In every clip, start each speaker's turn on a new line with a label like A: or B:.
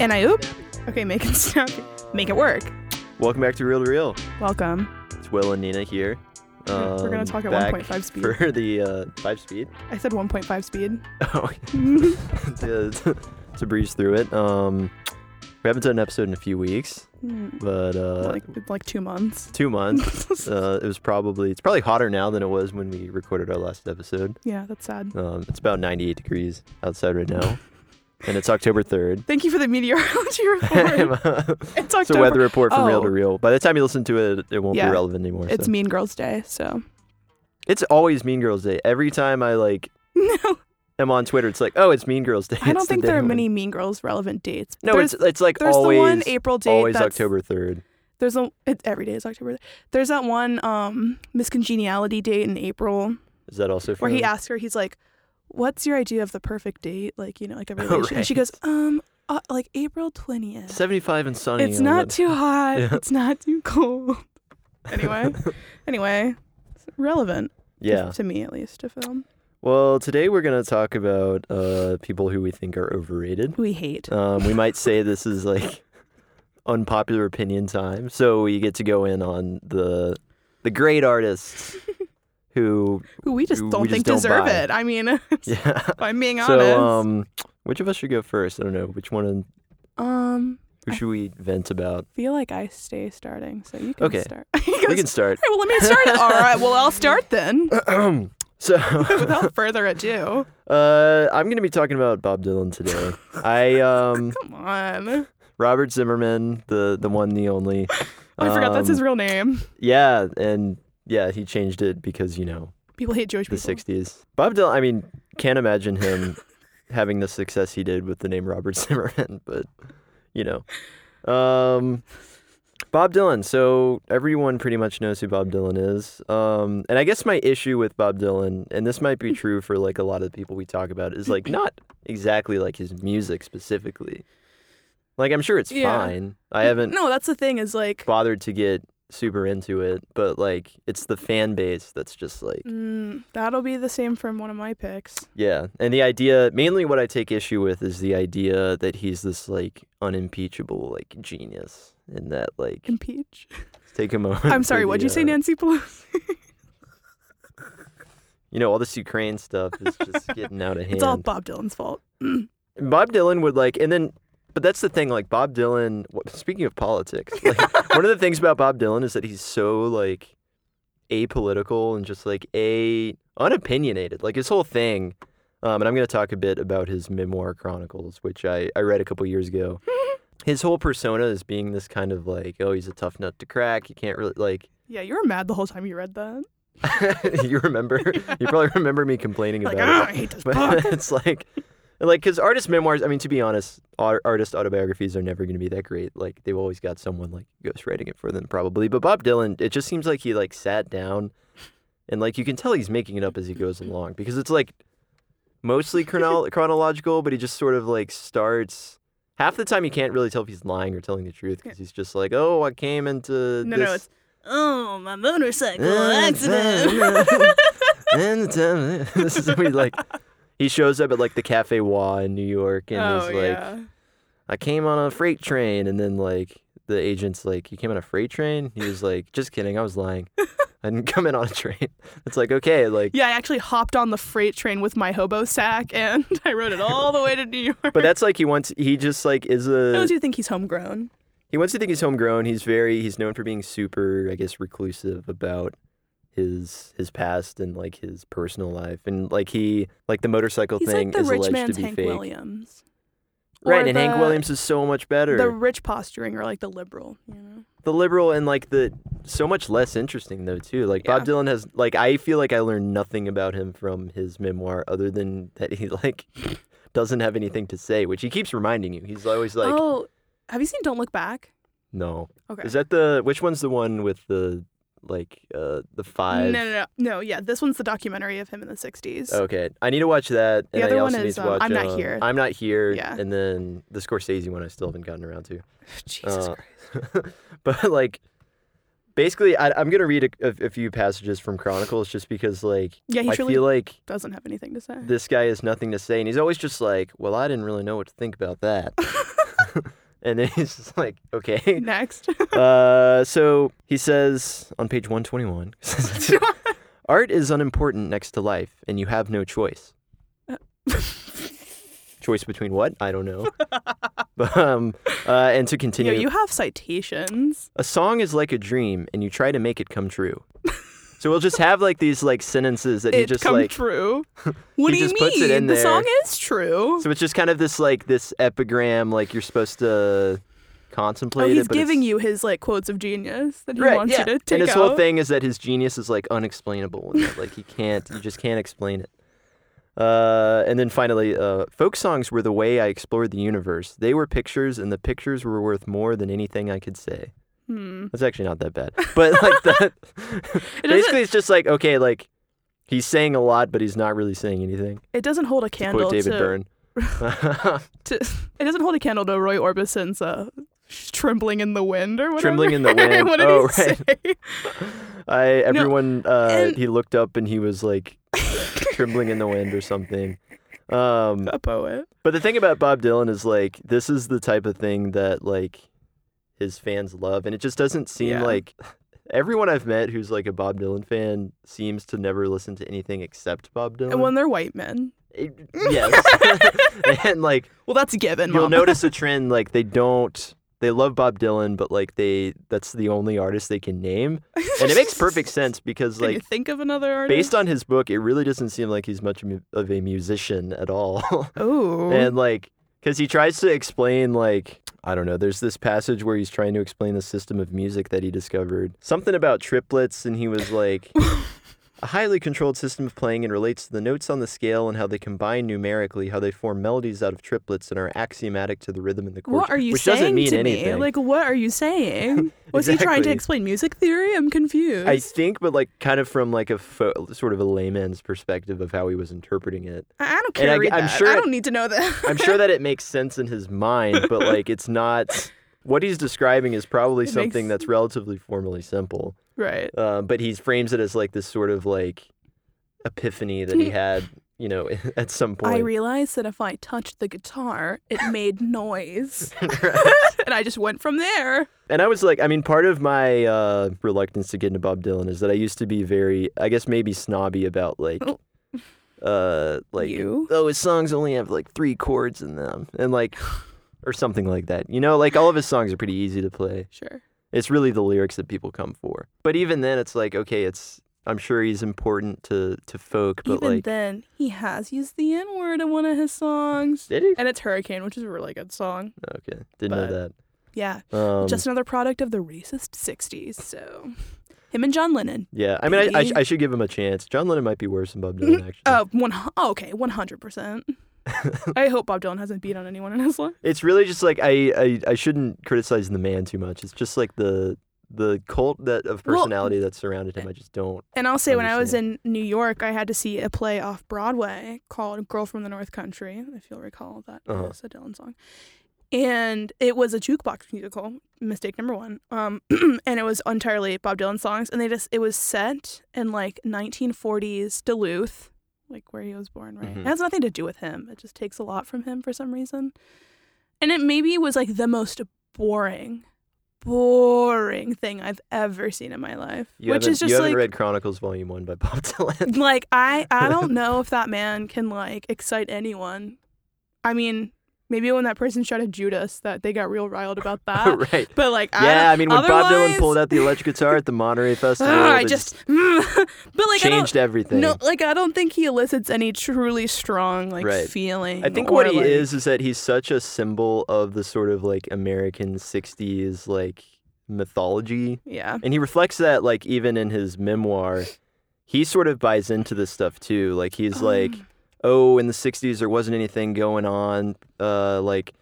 A: And I oop. Okay, make it stop. Make it work.
B: Welcome back to Real to Real.
A: Welcome.
B: It's Will and Nina here.
A: We're- we're gonna
B: Um,
A: talk at
B: back
A: 1.5 speed.
B: for the uh, five speed.
A: I said 1.5 speed.
B: Oh, to, to breeze through it. Um, we haven't done an episode in a few weeks,
A: Hmm,
B: but uh,
A: like like two months.
B: two months. uh, it was probably it's probably hotter now than it was when we recorded our last episode.
A: Yeah, that's sad.
B: Um, it's about 98 degrees outside right now, and it's October 3rd.
A: Thank you for the meteorology report.
B: it's
A: it's
B: a
A: Oh, October.
B: weather report from Real
A: Oh.
B: to Real. By the time you listen to it, it won't
A: Yeah.
B: be relevant anymore.
A: It's
B: so.
A: Mean Girls Day, so
B: It's always Mean Girls Day. Every time I like
A: no,
B: am on Twitter, it's like, oh, it's Mean Girls Day.
A: I
B: It's
A: don't
B: the
A: think there
B: day
A: are
B: when-
A: many Mean Girls relevant dates.
B: No,
A: there's,
B: it's it's like
A: there's
B: always
A: the one April date.
B: always
A: that's,
B: October third.
A: There's a it, every day is October. There's that one um miscongeniality date in April
B: Is that also for
A: where he
B: them?
A: asks her, he's like, "What's your idea of the perfect date? Like, you know, like a
B: Oh,
A: relation?" And she
B: right.
A: goes, "Um, uh, like April twentieth.
B: seventy five and sunny?
A: It's
B: on
A: not
B: that-
A: too hot.
B: Yeah.
A: It's not too cold. Anyway, anyway, it's relevant. if-
B: yeah.
A: to me at least. To film,
B: Well, today we're gonna talk about uh, people who we think are overrated.
A: we hate.
B: Um, we might say this is like unpopular opinion time, so we get to go in on the the great artists who
A: Who we just
B: we
A: don't
B: just
A: think
B: don't
A: deserve
B: buy.
A: it. I mean, if
B: yeah.
A: I'm being honest.
B: So um, which of us should go first? I don't know. Which one?
A: um,
B: Who should we vent about?
A: feel like I stay starting, so you can
B: Okay.
A: start.
B: We can start.
A: All right, well, let me start. All right, well, I'll start then.
B: So
A: Without further ado,
B: Uh, I'm gonna be talking about Bob Dylan today. I um,
A: come on. Oh,
B: Robert Zimmerman, the the one, the only.
A: I forgot that's
B: Um,
A: his real name.
B: Yeah, and yeah, he changed it because you know
A: People hate Jewish
B: the
A: people.
B: '60s. Bob Dylan. I mean, can't imagine him having the success he did with the name Robert Zimmerman, but you know, um, Bob Dylan. So everyone pretty much knows who Bob Dylan is. Um, and I guess my issue with Bob Dylan, and this might be true for like a lot of the people we talk about, is like not exactly like his music specifically. Like I'm sure it's
A: Yeah.
B: fine. I haven't
A: No, that's the thing. Is like,
B: bothered to get super into it, but like it's the fan base that's just like
A: mm, that'll be the same from one of my picks.
B: yeah. And the idea, mainly what I take issue with is the idea that he's this like unimpeachable like genius and that like
A: Impeach.
B: take a moment.
A: Mm. I'm
B: for
A: sorry. What'd
B: the,
A: you say,
B: uh,
A: Nancy Pelosi?
B: You know, all this Ukraine stuff is just getting out of hand.
A: It's all Bob Dylan's fault.
B: Bob Dylan would like, and then, but that's the thing. Like Bob Dylan. wh- Speaking of politics, like, one of the things about Bob Dylan is that he's so like apolitical and just like a unopinionated. Like his whole thing. Um, and I'm going to talk a bit about his memoir chronicles, which I, I read a couple years ago. His whole persona is being this kind of like, oh, he's a tough nut to crack. You can't really like.
A: Yeah, you were mad the whole time you read that.
B: you remember? You probably remember me complaining
A: Like,
B: about it
A: ah, I hate this book.
B: but it's like like because artist memoirs i mean to be honest ar- artist autobiographies are never going to be that great like they've always got someone like ghostwriting it for them probably but bob dylan it just seems like he like sat down and like you can tell he's making it up as he goes along because it's like mostly chrono- chronological but he just sort of like starts half the time you can't really tell if he's lying or telling the truth because he's just like oh i came into
A: No,
B: this
A: no, it's oh my motorcycle
B: Uh,
A: accident.
B: and the time- this is when he like he shows up at like the cafe wa in new york and
A: oh
B: he's like
A: yeah.
B: i came on a freight train and then like the agent's like you came on a freight train he was like just kidding i was lying i didn't come in on a train it's like okay like
A: Yeah, I actually hopped on the freight train with my hobo sack and I rode it all the way to New York.
B: but that's like he wants he just like is a
A: I do think he's homegrown.
B: he wants to think he's homegrown. He's very he's known for being super, I guess, reclusive about his his past and like his personal life and like he like the motorcycle
A: He's
B: thing
A: like the
B: is
A: rich
B: alleged
A: man's
B: to be
A: Hank
B: fake.
A: Williams.
B: Right,
A: Or
B: and Hank
A: the-
B: Williams is so much better.
A: The
B: The,
A: rich posturing or like the liberal, you know?
B: liberal and like the so much less interesting though too. Like Bob
A: Yeah.
B: Dylan has like I feel like I learned nothing about him from his memoir other than that he like doesn't have anything to say, which he keeps reminding you. He's always like,
A: oh, have you seen Don't Look Back?
B: "No."
A: Okay.
B: Is that the which one's the one with the like uh
A: no,
B: the five
A: no, no, no. Yeah, this one's the documentary of him in the '60s.
B: Okay, I need to watch that.
A: The
B: and
A: other
B: I
A: one
B: also need
A: is,
B: to
A: um,
B: watch,
A: I'm Not
B: um,
A: Here.
B: I'm not here.
A: Yeah.
B: and then the Scorsese one I still haven't gotten around to.
A: Jesus
B: Uh,
A: Christ.
B: but like, basically, I, I'm gonna read a, a, a few passages from Chronicles just because like
A: Yeah, he
B: I
A: truly
B: feel like
A: doesn't have anything to say.
B: this guy has nothing to say, and he's always just like, "Well, I didn't really know what to think about that." and then he's just like, okay.
A: Next.
B: Uh, so he says on page 121 Art is unimportant next to life, and you have no choice. choice between what? I don't know. but, um, uh, and to
A: Yo,
B: continue,
A: you have citations.
B: a song is like a dream, and you try to make it come true. so we'll just have like these like sentences that he
A: It
B: just
A: come
B: like.
A: true. What do you
B: just
A: mean?
B: puts it in
A: the
B: there.
A: song is true. Oh,
B: So it's just kind of this like this epigram, like you're supposed to contemplate.
A: oh,
B: it,
A: he's
B: but it's-
A: giving you his like quotes of genius that he
B: Right,
A: wants
B: yeah.
A: you to take
B: and
A: out.
B: his whole thing is that his genius is like unexplainable and that, like he can't you just can't explain it uh, and then finally uh, folk songs were the way i explored the universe they were pictures and the pictures were worth more than anything i could say
A: Hmm.
B: that's actually not that bad but like that
A: It
B: basically
A: doesn't.
B: it's just like okay like he's saying a lot but he's not really saying anything
A: It doesn't hold a
B: to
A: candle
B: quote
A: to,
B: david byrne
A: to. It doesn't hold a candle to Roy Orbison's uh, sh- "Trembling in the Wind" or whatever.
B: Trembling in the Wind.
A: what did
B: Oh,
A: he
B: right.
A: say?
B: i everyone uh,
A: and-
B: he looked up and he was like trembling in the wind or something um,
A: A poet.
B: But the thing about Bob Dylan is like this is the type of thing that like his fans love and it just doesn't seem
A: Yeah.
B: like everyone I've met who's like a Bob Dylan fan seems to never listen to anything except Bob Dylan.
A: And when they're white men,
B: It- yes. and like
A: well, that's a given.
B: you'll
A: Mama.
B: notice a trend like they don't they love Bob Dylan but like they that's the only artist they can name. And it makes perfect sense because
A: Can you
B: like
A: think of another artist?
B: based on his book it really doesn't seem like he's much of a musician at all.
A: oh,
B: and like because he tries to explain like i don't know there's this passage where he's trying to explain the system of music that he discovered something about triplets and he was like a highly controlled system of playing and relates to the notes on the scale and how they combine numerically how they form melodies out of triplets and are axiomatic to the rhythm and the chord
A: what are you
B: which
A: saying
B: doesn't mean
A: to me?
B: anything
A: Like, what are you saying? Was he trying to
B: Exactly.
A: explain music theory? I'm confused.
B: I think, but like kind of from like a fo- sort of a layman's perspective of how he was interpreting it.
A: I I don't
B: And
A: care.
B: I-
A: to read
B: I'm
A: that.
B: sure-
A: I don't need to know that.
B: I'm sure that it makes sense in his mind, but like it's not. What he's describing is probably
A: It
B: something
A: makes-
B: that's relatively formally simple,
A: right.
B: um, but he frames it as like this sort of like epiphany that he had, you know, at some point.
A: I realized that if I touched the guitar, it made noise,
B: Right.
A: and I just went from there.
B: and I was like, I mean, part of my uh, reluctance to get into Bob Dylan is that I used to be very, I guess, maybe snobby about like,
A: Oh.
B: uh, like
A: You?
B: oh, his songs only have like three chords in them, and like. Or something like that. You know, like all of his songs are pretty easy to play.
A: Sure.
B: It's really the lyrics that people come for. But even then, it's like okay, it's I'm sure he's important to to folk, but
A: Even
B: like
A: then, he has used the N word in one of his songs,
B: did he?
A: and it's Hurricane, which is a really good song.
B: Okay, didn't know
A: Yeah,
B: that. Um,
A: just another product of the racist '60s. So, him and John Lennon.
B: yeah, I mean, I, I, sh-
A: Baby.
B: I should give him a chance. John Lennon might be worse than Bob Dylan. Actually,
A: Uh, one. hu- oh, okay, one hundred percent. I hope Bob Dylan hasn't beat on anyone in his life.
B: it's really just like I, I I shouldn't criticize the man too much. It's just like the the cult that of
A: Well-
B: personality that surrounded him. I just don't.
A: And I'll say, when I was in New York, I had to see a play off Broadway called "Girl from the North Country," if you'll recall that
B: Uh-huh.
A: was a Dylan song. And it was a jukebox musical, mistake number one. Um, and it was entirely Bob Dylan songs, and they just it was set in like 1940s Duluth, like where he was born, right?
B: Mhm.
A: It has nothing to do with him. It just takes a lot from him for some reason. And it maybe was like the most boring, boring thing I've ever seen in my life,
B: You
A: which
B: haven't-
A: is just
B: you haven't
A: like
B: read Chronicles Volume One by Bob Dylan.
A: like I I don't know if that man can like excite anyone. I mean, maybe when that person shouted Judas, that they got real riled about that.
B: right.
A: But like,
B: Yeah,
A: I,
B: I mean, when Bob Dylan
A: otherwise-
B: pulled out the electric guitar at the Monterey Festival,
A: Ah, I
B: they
A: just, but like I don't
B: changed everything.
A: no like I don't think he elicits any truly strong like
B: Right.
A: feeling.
B: I think
A: or,
B: what he
A: like-
B: is is that he's such a symbol of the sort of like American 60s like mythology.
A: Yeah,
B: And he reflects that like even in his memoir. He sort of buys into this stuff too. Like he's like, "Oh, in the 60s there wasn't anything going on. Uh like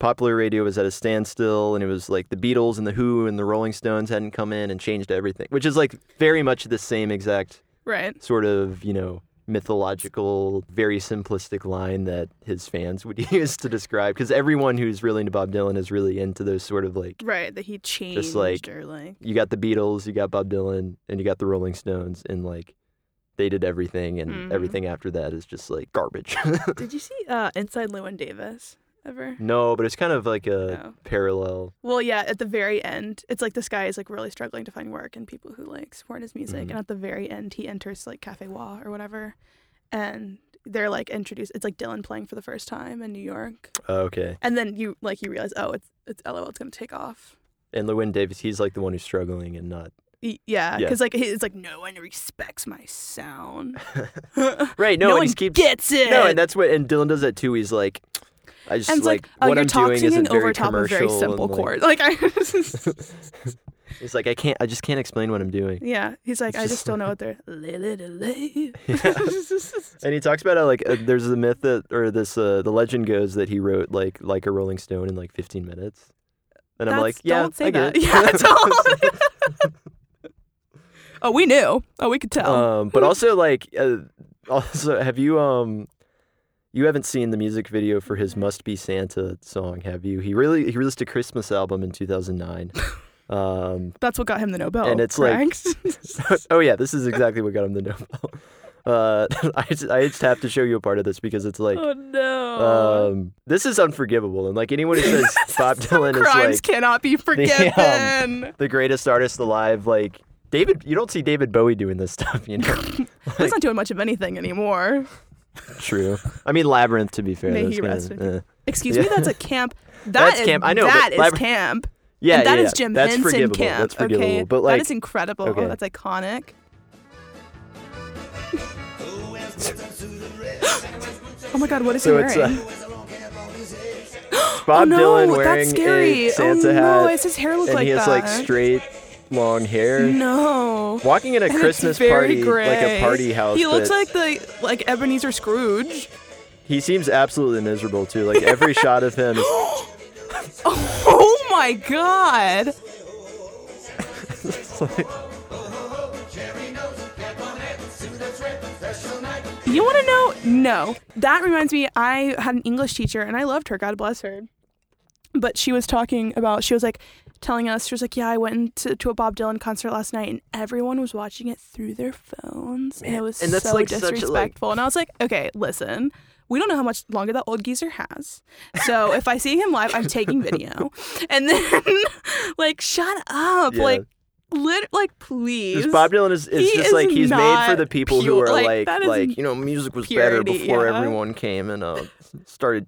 B: popular radio was at a standstill and it was like the Beatles and the Who and the Rolling Stones hadn't come in and changed everything." Which is like very much the same exact
A: right.
B: sort of, you know, mythological, very simplistic line that his fans would use to describe because everyone who's really into Bob Dylan is really into those sort of like
A: Right, that he changed
B: like-
A: or like
B: you got the Beatles, you got Bob Dylan, and you got the Rolling Stones and like they did everything and
A: Mhm.
B: everything after that is just like garbage.
A: Did you see uh, Inside Lewin Davis? ever?
B: No, but it's kind of like a
A: No.
B: parallel.
A: Well, yeah, at the very end, it's like this guy is like really struggling to find work and people who like support his music.
B: Mhm.
A: And at the very end, he enters like Cafe Wa or whatever. And they're like introduced. It's like Dylan playing for the first time in New York.
B: oh, Okay.
A: And then you like, you realize, oh, it's, it's LOL, it's going to take off.
B: And Lewin Davis, he's like the one who's struggling and not.
A: Y- Yeah.
B: Yeah.
A: Cause like, he- it's like, no one respects my sound.
B: Right. No,
A: no
B: and
A: one
B: he keeps.
A: gets it.
B: No, and that's what. And Dylan does that too. He's like, I just
A: And it's like,
B: like,
A: oh,
B: what
A: you're
B: I'm
A: talking
B: doing isn't
A: over
B: very
A: top of
B: commercial.
A: very simple
B: and, like,
A: chords. Like, I,
B: He's like, I can't. I just can't explain what I'm doing.
A: yeah, he's like,
B: It's
A: I
B: just-
A: just don't know what they're.
B: Yeah. And he talks about how like uh, there's the myth that or this uh, the legend goes that he wrote like like a Rolling Stone in like 15 minutes. And I'm like,
A: That's-
B: yeah,
A: don't say
B: I
A: that.
B: get
A: Yeah,
B: it.
A: totally. oh, we knew. Oh, we could tell.
B: um, but also like uh, also have you um you haven't seen the music video for his "Must Be Santa" song, have you? He really he released a Christmas album in 2009. um,
A: That's what got him the Nobel.
B: and it's like-
A: correct?
B: oh yeah, this is exactly what got him the Nobel. Uh, I just, I just have to show you a part of this because it's like
A: oh no.
B: um, this is unforgivable, and like anyone who says Bob Dylan is
A: Crimes
B: like
A: cannot be forgiven.
B: the greatest artist alive, like David, you don't see David Bowie doing this stuff, you know.
A: He's not doing much of anything anymore.
B: True. I mean, Labyrinth. To be fair,
A: May
B: that's
A: he
B: kinda-
A: rest in
B: eh.
A: Excuse
B: Yeah.
A: me, that's a camp. That
B: That's
A: is-
B: camp. I know,
A: that
B: but
A: is
B: Labra-
A: camp.
B: Yeah,
A: and that is
B: yeah, yeah.
A: Jim
B: that's
A: Henson
B: forgivable.
A: camp.
B: That's forgivable.
A: Okay,
B: But like,
A: that is incredible.
B: okay.
A: Oh, that's iconic. oh my God, what is
B: so
A: he
B: it's,
A: wearing?
B: uh, it's Bob
A: oh no,
B: Dylan wearing
A: that's scary.
B: a Santa
A: oh
B: hat,
A: no, is his hair look
B: and
A: like
B: he has
A: that?
B: like straight long hair.
A: no.
B: Walking in a
A: And it's
B: Christmas
A: very
B: party, like a
A: gray.
B: party house.
A: He looks
B: that-
A: like the like Ebenezer Scrooge.
B: he seems absolutely miserable too. Like every shot of him,
A: Oh my God.
B: it's like,
A: You want to know? No. That reminds me, I had an English teacher and I loved her. God bless her. But she was talking about, she was like telling us, she was like, Yeah, I went to, to a Bob Dylan concert last night and everyone was watching it through their phones. and it was
B: and that's,
A: so
B: like, such a, like-
A: disrespectful. and I was like, Okay, listen, we don't know how much longer that old geezer has. So if I see him live, I'm taking video. And then, like, shut up.
B: Yeah.
A: Like, lit- like, please.
B: Because Bob Dylan is, is
A: He
B: just
A: is
B: like he's made for
A: not
B: the people who
A: pure-
B: are
A: like,
B: like
A: that
B: like,
A: is
B: you know music was better
A: purity,
B: before
A: yeah.
B: everyone came and uh, started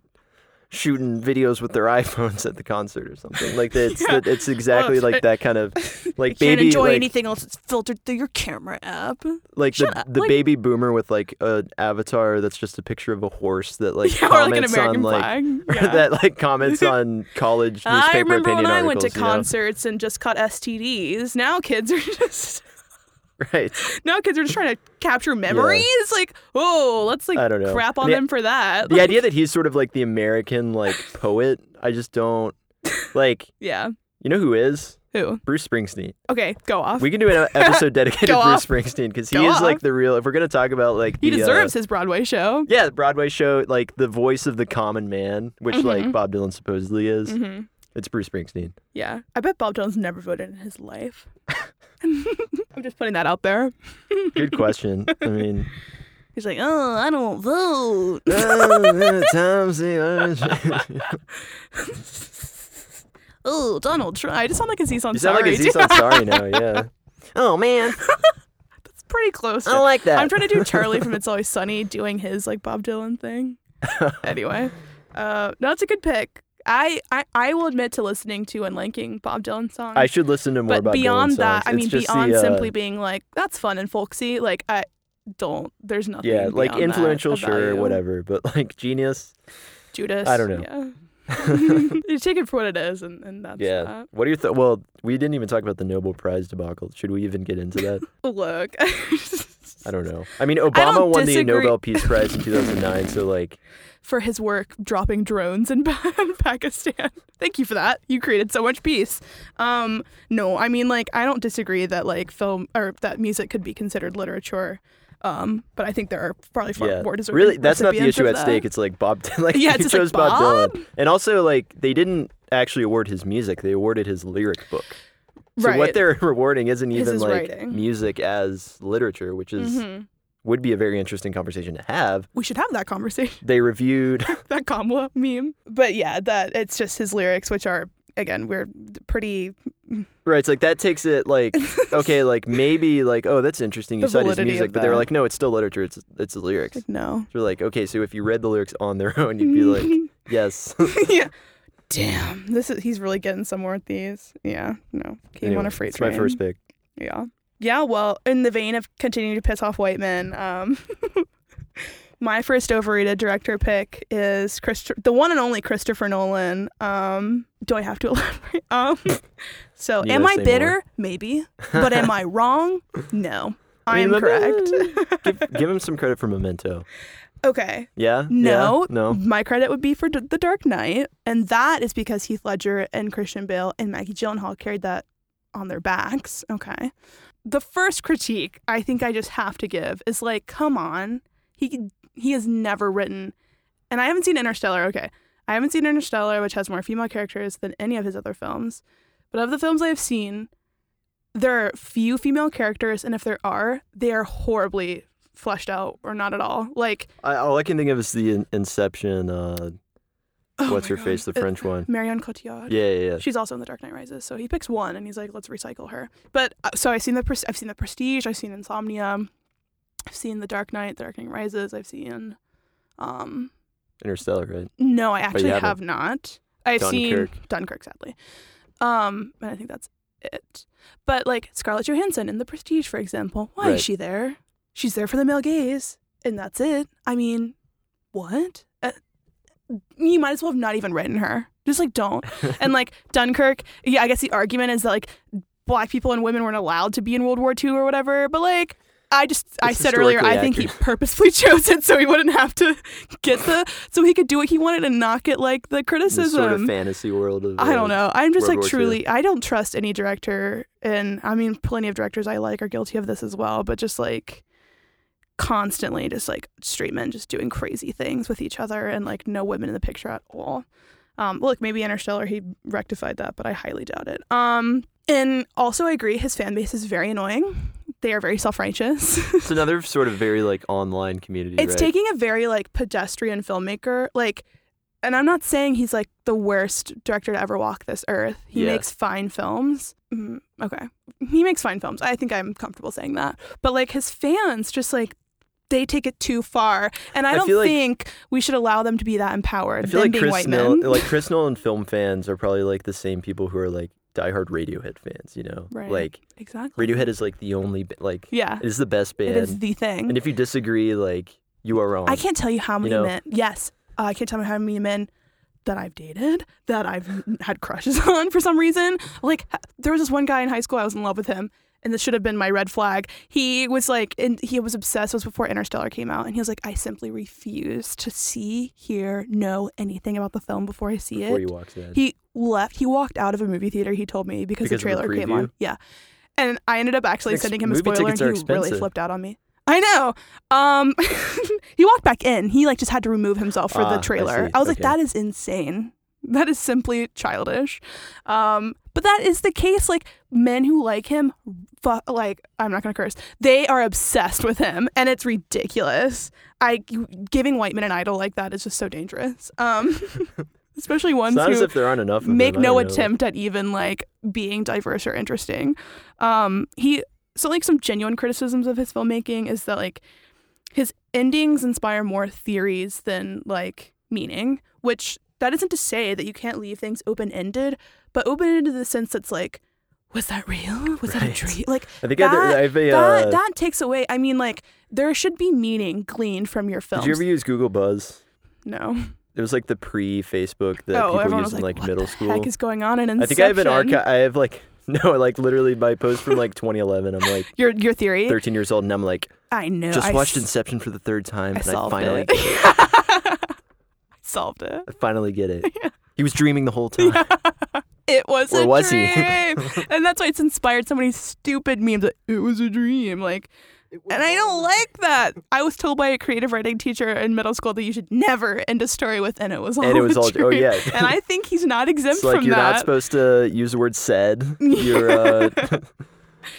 B: shooting videos with their iPhones at the concert or something like that. It's,
A: Yeah.
B: that- it's exactly
A: Well,
B: like that kind of like
A: can't
B: baby
A: enjoy
B: like,
A: anything else. It's filtered through your camera app.
B: like
A: Shut
B: the,
A: up,
B: the
A: like-
B: baby boomer with like an avatar that's just a picture of a horse that like
A: Yeah, or like an
B: comments
A: American
B: on like
A: flag.
B: that like comments on college newspaper
A: I remember
B: opinion
A: when I went
B: articles.
A: to
B: you know?
A: concerts and just caught STDs. Now kids are just
B: right?
A: now kids are just trying to capture memories. Like, oh, let's like
B: I don't know.
A: crap on
B: The-
A: them for that.
B: The idea that he's sort of like the American like poet, I just don't like.
A: yeah.
B: You know who is?
A: Who?
B: Bruce Springsteen.
A: Okay, go off.
B: We can do an episode dedicated to
A: Go
B: Bruce
A: off.
B: Springsteen because he
A: Go
B: is like
A: off.
B: the real. If we're gonna talk about like
A: he
B: the, uh,
A: deserves his Broadway show.
B: yeah, the Broadway show like the voice of the common man, which like
A: Mhm.
B: Bob Dylan supposedly is.
A: hmm
B: It's Bruce Springsteen.
A: Yeah. I bet Bob Dylan's never voted in his life. I'm just putting that out there.
B: Good question. I mean,
A: He's like, oh, I don't vote.
B: uh, times they are-
A: oh, Donald Trump. I just sound like a Aziz
B: you sound like
A: Ansari.
B: Aziz
A: dude.
B: Ansari now. Yeah. Oh man,
A: It's pretty close.
B: I
A: to-
B: don't like that.
A: I'm trying to do Charlie from It's Always Sunny doing his like Bob Dylan thing. anyway, uh, no, it's a good pick. I, I I will admit to listening to and liking Bob Dylan songs.
B: I should listen to more
A: but
B: about
A: beyond
B: Dylan
A: that,
B: songs.
A: I
B: It's
A: mean,
B: just the,
A: beyond
B: uh,
A: simply being like that's fun and folksy, like I don't. There's nothing.
B: yeah, like
A: beyond that
B: influential,
A: of
B: sure,
A: value.
B: whatever, but like genius.
A: Judas.
B: I don't know.
A: Yeah. you take it for what it is, and, and that's
B: yeah.
A: that.
B: What are your th- well? We didn't even talk about the Nobel Prize debacle. Should we even get into that?
A: Look,
B: I don't know. I mean, Obama
A: don't
B: won the
A: disagree.
B: Nobel Peace Prize in 2009, so like,
A: for his work dropping drones in Pakistan. Thank you for that. You created so much peace. Um, no, I mean like I don't disagree that like film or that music could be considered literature. Um, but I think there are probably far
B: yeah,
A: more deserving.
B: really, that's not the
A: recipients
B: issue
A: of
B: at
A: that.
B: stake. It's like Bob, Dylan- like
A: Yeah, it's
B: he
A: just like,
B: chose Bob Dylan,
A: Bob?
B: and also like they didn't actually award his music; they awarded his lyric book. So
A: right.
B: what they're rewarding isn't
A: Is
B: even
A: his
B: like
A: writing.
B: music as literature, which is
A: Mhm.
B: would be a very interesting conversation to have.
A: We should have that conversation.
B: They reviewed
A: that Kamala meme. But yeah, that it's just his lyrics, which are again we're pretty
B: right. It's like that takes it like okay, like maybe like oh that's interesting. You
A: The
B: cited his
A: validity
B: music,
A: of
B: but they were
A: that.
B: like no, it's still literature. It's it's the lyrics.
A: like no.
B: So we're like okay, so if you read the lyrics on their own, you'd be like yes.
A: yeah. Damn, this is he's really getting somewhere with these. Yeah, no, he
B: Anyway,
A: won a freight
B: It's my
A: train.
B: first pick.
A: Yeah. Yeah, well, in the vein of continuing to piss off white men, um, my first overrated director pick is Christ- the one and only Christopher Nolan. Um, do I have to elaborate? Um, so,
B: You
A: am
B: gotta
A: I
B: say
A: bitter?
B: more.
A: Maybe. But am I wrong? No. I am
B: mean,
A: correct.
B: give, give him some credit for Memento.
A: Okay.
B: Yeah.
A: No,
B: Yeah? No.
A: My credit would be for D- The Dark Knight, and that is because Heath Ledger and Christian Bale and Maggie Gyllenhaal carried that on their backs. Okay. The first critique I think I just have to give is like, come on, he he has never written, and I haven't seen Interstellar. Okay, I haven't seen Interstellar, which has more female characters than any of his other films, but of the films I have seen, there are few female characters, and if there are, they are horribly fleshed out or not at all. Like,
B: I, all I can think of is the in- Inception. Uh,
A: oh
B: what's
A: my
B: her
A: God.
B: face? The
A: It-
B: French one.
A: Marion Cotillard.
B: Yeah, yeah, yeah.
A: She's also in The Dark Knight Rises, so he picks one, and he's like, "Let's recycle her." But uh, so I've seen the pres- I've seen the Prestige, I've seen Insomnia, I've seen The Dark Knight, The Dark Knight Rises, I've seen. Um,
B: Interstellar, right?
A: no, I actually
B: haven't.
A: have not. I've seen
B: Dunkirk.
A: Dunkirk, sadly. Um, and I think that's it. But like Scarlett Johansson in The Prestige, for example, why
B: Right.
A: is she there? She's there for the male gaze, and that's it. I mean, what? Uh, you might as well have not even written her. Just like don't. and like Dunkirk, yeah, I guess the argument is that like black people and women weren't allowed to be in World War II or whatever. But like, I just I
B: It's
A: said earlier,
B: historically
A: I think he
B: accurate.
A: purposefully chose it so he wouldn't have to get the so he could do what he wanted and not get like the criticism.
B: This sort of fantasy world
A: um,
B: of.
A: I don't
B: uh,
A: know. I'm just
B: World
A: like
B: War II.
A: truly, I don't trust any director, and I mean, plenty of directors I like are guilty of this as well. But just like constantly, just like straight men just doing crazy things with each other, and like no women in the picture at all. Um, look, maybe Interstellar he rectified that, but I highly doubt it. Um, and also, I agree his fan base is very annoying. They are very self righteous.
B: It's another sort of very like online community.
A: It's
B: right?
A: taking a very like pedestrian filmmaker, like, and I'm not saying he's like the worst director to ever walk this earth. He
B: Yeah.
A: makes fine films. Mm, okay, he makes fine films. I think I'm comfortable saying that. But like his fans, just like they take it too far, and I,
B: I
A: don't
B: feel like-
A: think we should allow them to be that empowered.
B: I feel
A: them
B: like
A: being
B: Chris
A: white
B: Nolan,
A: men.
B: like Chris Nolan film fans are probably like the same people who are like diehard Radiohead fans. You know,
A: Right.
B: like
A: exactly.
B: Radiohead is like the only ba- like
A: Yeah,
B: it is the best
A: it
B: band,
A: is the thing.
B: and if you disagree, like you are wrong.
A: I can't tell you how many
B: know?
A: men. Yes, uh, I can't tell you how many men that I've dated that I've had crushes on for some reason. Like h- there was this one guy in high school I was in love with him, and this should have been my red flag. He was like, and he was obsessed. It was before Interstellar came out, and he was like, I simply refuse to see, hear, know anything about the film before I see
B: before
A: it.
B: you walk in.
A: He left. He walked out of a movie theater. He told me because,
B: Because of
A: the
B: the
A: trailer came
B: preview?
A: on. Yeah, and I ended up actually
B: Ex-
A: sending him a
B: movie
A: spoiler, and
B: tickets
A: he
B: are
A: really
B: expensive.
A: flipped out on me. I know. Um, he walked back in. He like just had to remove himself for
B: Ah,
A: the
B: I
A: trailer.
B: see.
A: I, was like,
B: Okay.
A: that is insane. That is simply childish. Um, but that is the case. Like men who like him, fu- like I'm not gonna curse. They are obsessed with him, and it's ridiculous. I giving white men an idol like that is just so dangerous. Um, especially ones
B: it's not
A: who
B: as if there aren't enough. Of
A: make
B: them, I
A: no
B: don't know.
A: attempt at even like being diverse or interesting. Um, he so like some genuine criticisms of his filmmaking is that like his endings inspire more theories than like meaning, which that isn't to say that you can't leave things open ended, but open ended in the sense that's like, was that real? Was that a
B: Right.
A: dream? Like
B: I think
A: that-
B: I, I have a.
A: that
B: uh,
A: that takes away. I mean, like there should be meaning gleaned from your films.
B: did you ever use Google Buzz?
A: no.
B: It was like the pre-Facebook that
A: oh,
B: people
A: everyone
B: used
A: was
B: in like
A: what
B: middle
A: the
B: school.
A: Heck is going on in Inception?
B: I think I have an archive. I have like no, like literally my post from like 2011. I'm like
A: Your your theory.
B: 13 years old, and I'm like
A: I know.
B: just
A: I
B: watched
A: s-
B: Inception for the third time,
A: I
B: and I
A: solved
B: finally
A: it. I solved it.
B: I finally get it. He was dreaming the whole time.
A: It was
B: Or
A: a
B: was he?
A: dream, and that's why it's inspired so many stupid memes. Like, it was a dream, like, and I don't like that. I was told by a creative writing teacher in middle school that you should never end a story with, and it was all
B: And it was
A: a
B: all- oh,
A: dream."
B: yeah.
A: and I think he's not exempt
B: It's like
A: from
B: you're not
A: that.
B: supposed to use the word said. You're uh,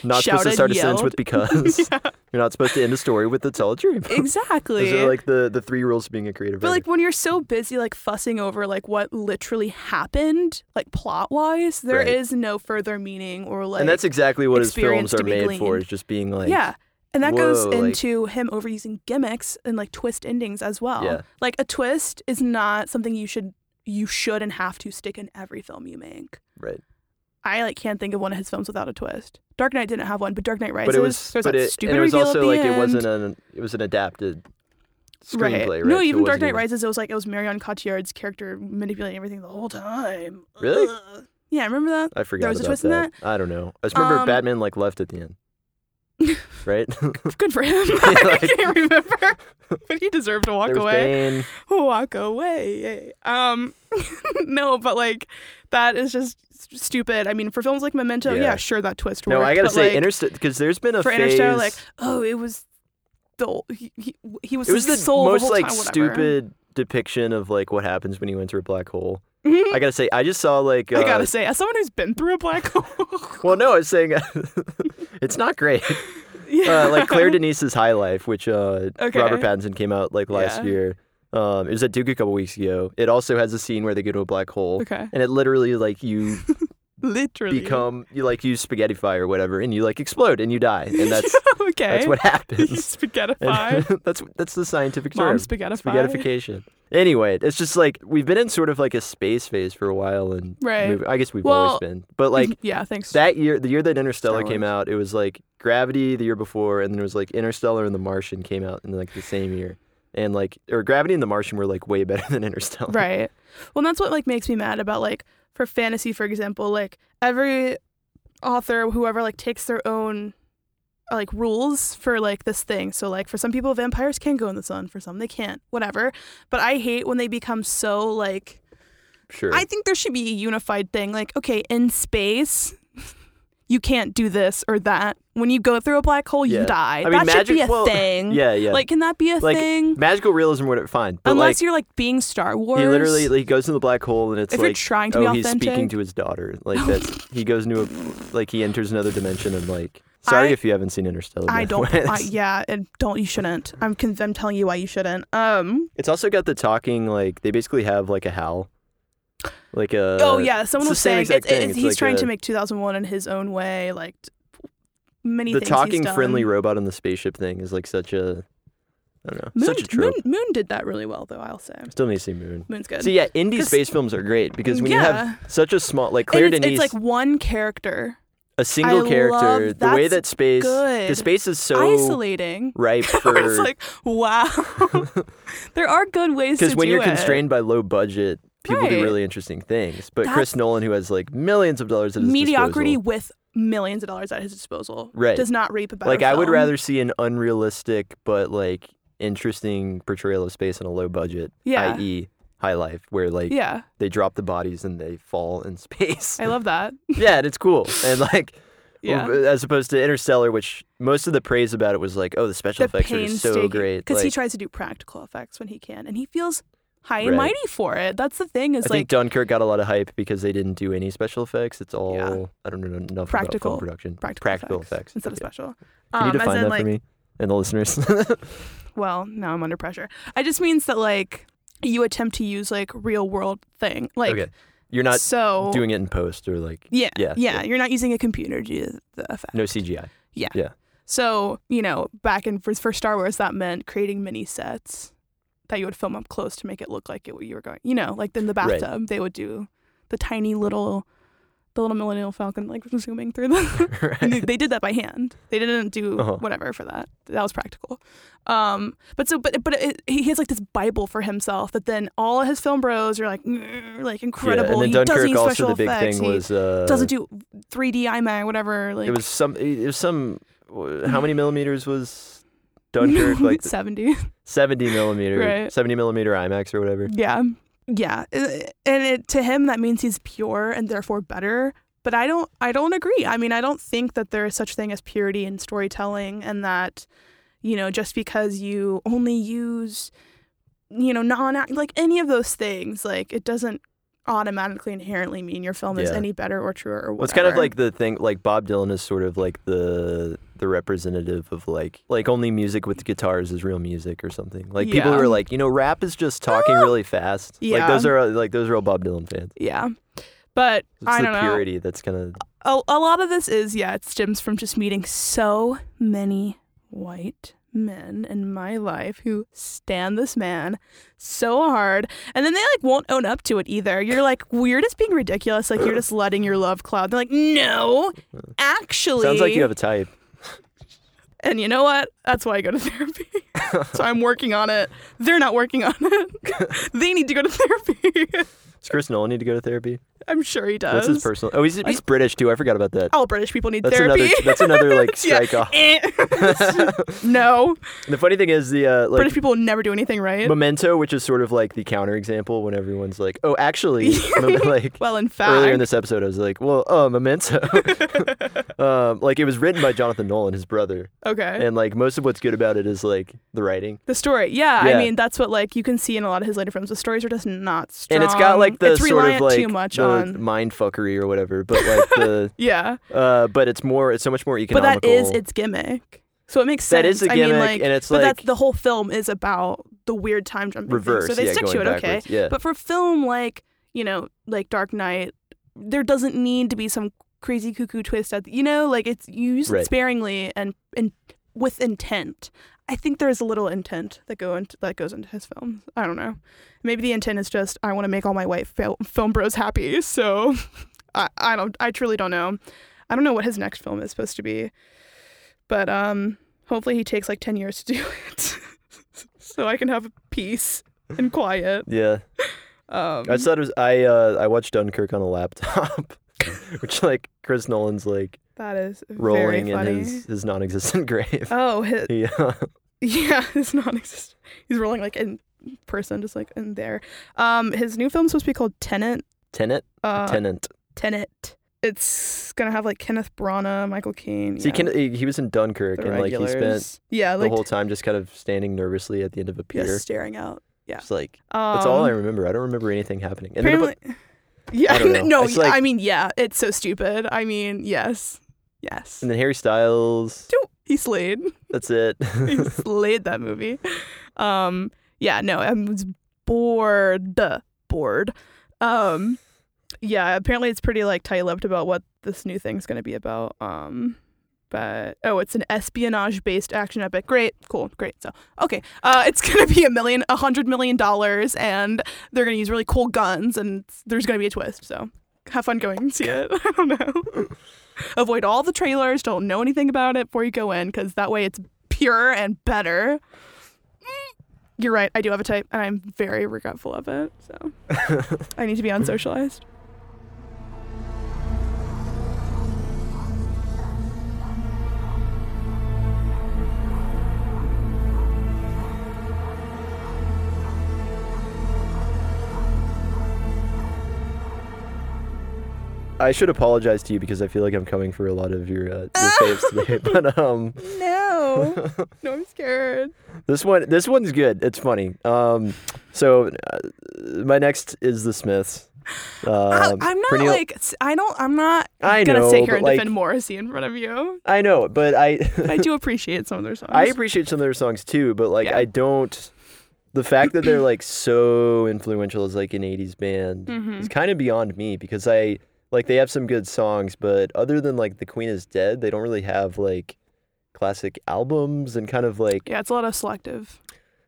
B: Not supposed to
A: Shouted,
B: start a sentence
A: yelled.
B: with because.
A: Yeah,
B: You're not supposed to end a story with the tell a dream.
A: exactly.
B: Those are like the, the three rules of being a creative
A: But
B: writer.
A: like when you're so busy like fussing over like what literally happened, like plot wise, there is
B: Right.
A: no further meaning or like
B: and that's exactly what his
A: experience
B: films
A: to
B: are
A: be
B: made for,
A: gleaned.
B: is just being like,
A: yeah. And that goes
B: whoa, like-
A: into him overusing gimmicks and like twist endings as well.
B: Yeah.
A: Like a twist is not something you should you should and have to stick in every film you make.
B: right.
A: I like can't think of one of his films without a twist. Dark Knight didn't have one, but Dark Knight Rises.
B: But it was,
A: there's
B: but
A: that
B: it,
A: stupid
B: and it was
A: reveal at
B: also
A: the
B: like
A: end.
B: it wasn't an it was an adapted screenplay, right?
A: No,
B: So it
A: even Dark
B: wasn't
A: Knight Rises, it was like it was Marion Cotillard's character manipulating everything the whole time.
B: Really?
A: Ugh. Yeah, remember that?
B: I forgot
A: There was a
B: about
A: twist in
B: that. I don't know. I just remember
A: Um,
B: Batman like left at the end, right?
A: Good for him. I
B: like-
A: can't remember, but he deserved to walk
B: there was
A: away.
B: Bane.
A: Walk away. Um, no, but like that is just s- stupid. I mean, for films like Memento, yeah,
B: Yeah.
A: sure that twist.
B: No,
A: worked,
B: I gotta
A: but,
B: say
A: like,
B: Interstellar because there's been a
A: for
B: phase.
A: Interstellar, like oh, it was the he, he, he was
B: it was
A: the,
B: the
A: soul
B: most
A: the whole
B: like
A: time, whatever.
B: stupid depiction of like what happens when you enter a black hole.
A: Mhm.
B: I gotta say, I just saw like. Uh,
A: I gotta say, as someone who's been through a black hole,
B: Well, no, I was saying it's not great.
A: yeah,
B: Uh, like Claire Denise's High Life, which uh,
A: Okay.
B: Robert Pattinson came out like last
A: Yeah.
B: year. Um, it was at Duke a couple weeks ago. It also has a scene where they go to a black hole,
A: Okay.
B: and it literally like you
A: Literally.
B: become you like use spaghettify or whatever, and you like explode and you die, and that's
A: okay.
B: that's what
A: You
B: happens. And
A: spaghettified.
B: that's that's the scientific
A: Mom
B: term.
A: spaghettified.
B: Spaghettification. Anyway, it's just like we've been in sort of like a space phase for a while, and
A: Right.
B: move- I guess we've
A: Well,
B: always been, but like
A: yeah, thanks.
B: that year, the year that Interstellar
A: Star
B: came
A: Wars.
B: out, it was like Gravity the year before, and then it was like Interstellar and The Martian came out in like the same year, and like or Gravity and The Martian were like way better than Interstellar.
A: right. Well, and that's what like makes me mad about like for fantasy, for example, like every author, whoever like takes their own uh, like rules for like this thing. So like for some people, vampires can go in the sun. For some, they can't. Whatever. But I hate when they become so like.
B: Sure.
A: I think there should be a unified thing. Like, okay, in space, you can't do this or that. When you go through a black hole,
B: Yeah.
A: you die.
B: I mean,
A: that should
B: magic-
A: be a
B: well,
A: thing.
B: yeah, yeah.
A: Like, can that be a
B: like
A: thing?
B: magical realism, whatever. Fine, but
A: Unless
B: like
A: you're like being Star Wars.
B: he literally like, he goes into the black hole, and it's
A: If you're
B: like
A: trying to
B: oh,
A: be
B: he's speaking
A: authentic. Oh.
B: to his daughter. Like that's he goes into a like he enters another dimension, and like sorry
A: I-
B: if you haven't seen Interstellar. by
A: I
B: the
A: don't.
B: way.
A: I, yeah, and don't. You shouldn't. I'm. Con- I'm telling you why you shouldn't. Um.
B: It's also got the talking like they basically have like a howl, like a
A: oh yeah, someone
B: the
A: was
B: same
A: saying it's,
B: exact
A: it's,
B: thing. Uh, It's
A: he's
B: like
A: trying
B: a-
A: to make 2001 in his own way. Like t- many
B: the
A: things.
B: talking
A: he's done.
B: friendly robot on the spaceship thing is like such a I don't know
A: Moon,
B: such a
A: Moon,
B: trope.
A: Moon did that really well, though. I'll say.
B: Still need to see Moon.
A: Moon's good.
B: So yeah, indie
A: 'Cause-
B: space films are great because when you
A: Yeah.
B: have such a small like
A: And
B: Claire
A: it's,
B: Denis,
A: it's like one character
B: a single
A: I
B: character,
A: love-
B: the way
A: that's
B: that space the
A: good.
B: space is so
A: isolating.
B: ripe for
A: it's like wow. there are good ways to
B: because when
A: do
B: you're
A: it.
B: constrained by low budget, people do
A: Right.
B: really interesting things. But
A: That's-
B: Chris Nolan, who has like millions of dollars at his
A: mediocrity
B: disposal,
A: with millions of dollars at his disposal
B: Right.
A: does not reap a better
B: like I would
A: film.
B: rather see an unrealistic but like interesting portrayal of space on a low budget,
A: Yeah.
B: i.e. High Life, where like
A: yeah
B: they drop the bodies and they fall in space.
A: i love that
B: yeah, and it's cool. And like
A: Yeah.
B: as opposed to Interstellar, which most of the praise about it was like, oh, the special effects are so great.
A: because he
B: Like,
A: tries to do practical effects when he can and he feels high and
B: Right.
A: mighty for it that's the thing
B: I
A: is
B: think
A: like
B: Dunkirk got a lot of hype because they didn't do any special effects. It's all
A: Yeah.
B: I don't know enough about film
A: Practical-
B: production.
A: practical,
B: effects.
A: instead of
B: Yeah.
A: special
B: Can you
A: um as
B: define
A: in
B: that
A: like
B: for me and the listeners?
A: well now i'm under pressure i just means that like you attempt to use like real world thing like
B: okay, you're not
A: so
B: doing it in post or like
A: yeah,
B: yeah,
A: yeah
B: yeah.
A: you're not using a computer to do the effect
B: no CGI.
A: So, you know, back in for, for Star Wars, that meant creating mini sets that you would film up close to make it look like it, you were going, you know, like in the
B: Right.
A: bathtub, they would do the tiny little, the little Millennial Falcon, like zooming through the. and they-
B: right.
A: they did that by hand. They didn't do
B: Uh-huh.
A: whatever for that. That was practical. Um, but so, but but it, he has like this Bible for himself that then all his film bros are like, "Mm, like incredible.
B: Yeah, and
A: he
B: then
A: doesn't
B: Dunkirk
A: use
B: also
A: special
B: the big
A: effects.
B: thing was uh,
A: he doesn't do 3D IMAX, whatever. Like
B: it was some it was some how many millimeters was Dunkirk like
A: 70.
B: 70 millimeter
A: Right.
B: 70 millimeter IMAX or whatever.
A: Yeah. Yeah. I- And it, to him that means he's pure and therefore better, but I don't I don't agree. I mean, I don't think that there is such thing as purity in storytelling and that you know, just because you only use you know, non like any of those things, like it doesn't automatically inherently mean your film is
B: Yeah.
A: any better or truer or whatever.
B: Well, it's kind of like the thing like Bob Dylan is sort of like the the representative of like like only music with guitars is real music or something. Like people who
A: Yeah.
B: are like, you know, rap is just talking really fast. Like
A: Yeah.
B: those are like those are all Bob Dylan fans.
A: yeah. But
B: It's
A: I
B: the
A: don't know.
B: purity that's gonna
A: a, a lot of this is yeah it stems from just meeting so many white men in my life who stand this man so hard and then they like won't own up to it either you're like we're just being ridiculous like you're just letting your love cloud they're like no actually
B: sounds like you have a type.
A: and you know what that's why i go to therapy so i'm working on it they're not working on it they need to go to therapy
B: Does Chris Nolan need to go to therapy?
A: i'm sure he does
B: What's his personal? Oh, he's, he's British too. I forgot about that.
A: all british people need
B: That's
A: Oh, therapy
B: another. That's another like
A: Yeah.
B: strike off.
A: Eh. no
B: And the funny thing is the uh, like
A: British people would never do anything right.
B: Memento, which is sort of like the counterexample when everyone's like, "Oh, actually," like
A: well, in fact,
B: earlier in this episode, I was like, "Well, uh, Memento." um, like it was written by Jonathan Nolan, his brother,
A: okay,
B: and like most of what's good about it is like the writing,
A: the story. Yeah,
B: Yeah.
A: I mean that's what like you can see in a lot of his later films. The stories are just not strong.
B: and it's got like the
A: it's
B: sort of
A: reliant
B: like
A: too much
B: the
A: on.
B: mind fuckery or whatever, but like the
A: Yeah,
B: uh, but it's more, it's so much more
A: but
B: economical.
A: that is its gimmick. So it makes sense.
B: That is a
A: I
B: gimmick,
A: mean, like,
B: and it's
A: but
B: like
A: that's the whole film is about the weird time jumping. thing.
B: reverse.
A: So they
B: yeah,
A: stick
B: going
A: to it, okay?
B: backwards. Yeah,
A: But for a film like you know, like Dark Knight, there doesn't need to be some crazy cuckoo twist at the, you know, like it's you use
B: Right.
A: it sparingly and and with intent. I think there's a little intent that go into that goes into his films. I don't know. Maybe the intent is just I want to make all my white fil- film bros happy. So I I don't I truly don't know. I don't know what his next film is supposed to be, but um hopefully he takes like ten years to do it, so I can have peace and quiet.
B: yeah.
A: Um,
B: I just thought it was I. Uh, I watched Dunkirk on a laptop, which like Chris Nolan's like
A: That is
B: rolling
A: very
B: in
A: funny.
B: his his non-existent grave.
A: Oh, his,
B: Yeah,
A: yeah, it's non-existent. He's rolling like in person, just like in there. Um, his new film's supposed to be called Tenant.
B: tenant,
A: Uh,
B: tenant.
A: Tenet. It's gonna have like Kenneth Branagh, Michael Caine.
B: See,
A: yeah,
B: Ken, eh, he he was in Dunkirk,
A: the
B: and like he spent
A: regulars. yeah,
B: the
A: like
B: whole time just kind of standing nervously at the end of a
A: yeah,
B: pier.
A: staring out. yeah.
B: It's like
A: Um,
B: that's all I remember. I don't remember anything happening. And then,
A: Apparently, yeah,
B: I don't know.
A: no,
B: It's like-
A: I mean, yeah, it's so stupid. I mean, yes, yes.
B: and then Harry Styles.
A: Dude, he slayed.
B: That's it.
A: He slayed that movie. Um, yeah, no, I was bored, bored. Um, yeah, apparently it's pretty like tight-lipped about what this new thing's going to be about. Um, but oh, it's an espionage-based action epic. Great, cool, great. So okay, uh, it's going to be a million, a hundred million dollars, and they're going to use really cool guns, and there's going to be a twist. So have fun going see it. I don't know. Avoid all the trailers. Don't know anything about it before you go in, because that way it's pure and better. Mm. You're right. I do have a type, and I'm very regretful of it. So I need to be unsocialized.
B: I should apologize to you because I feel like I'm coming for a lot of your uh, your faves today. But um,
A: No, no, I'm scared.
B: This one, this one's good. It's funny. Um, so uh, my next is the Smiths. Um,
A: I, am not
B: Pernille-
A: like s- I don't. I'm not
B: I
A: gonna
B: know,
A: sit here
B: but,
A: and
B: like-
A: defend Morrissey in front of you.
B: I know, but I,
A: But I do appreciate some of their songs.
B: I appreciate some of their songs too. But like,
A: Yeah.
B: I don't. The fact that they're like so influential as like an '80s band
A: Mm-hmm.
B: is kind of beyond me because I like they have some good songs, but other than like "The Queen Is Dead," they don't really have like classic albums and kind of like
A: yeah, it's a lot of selective.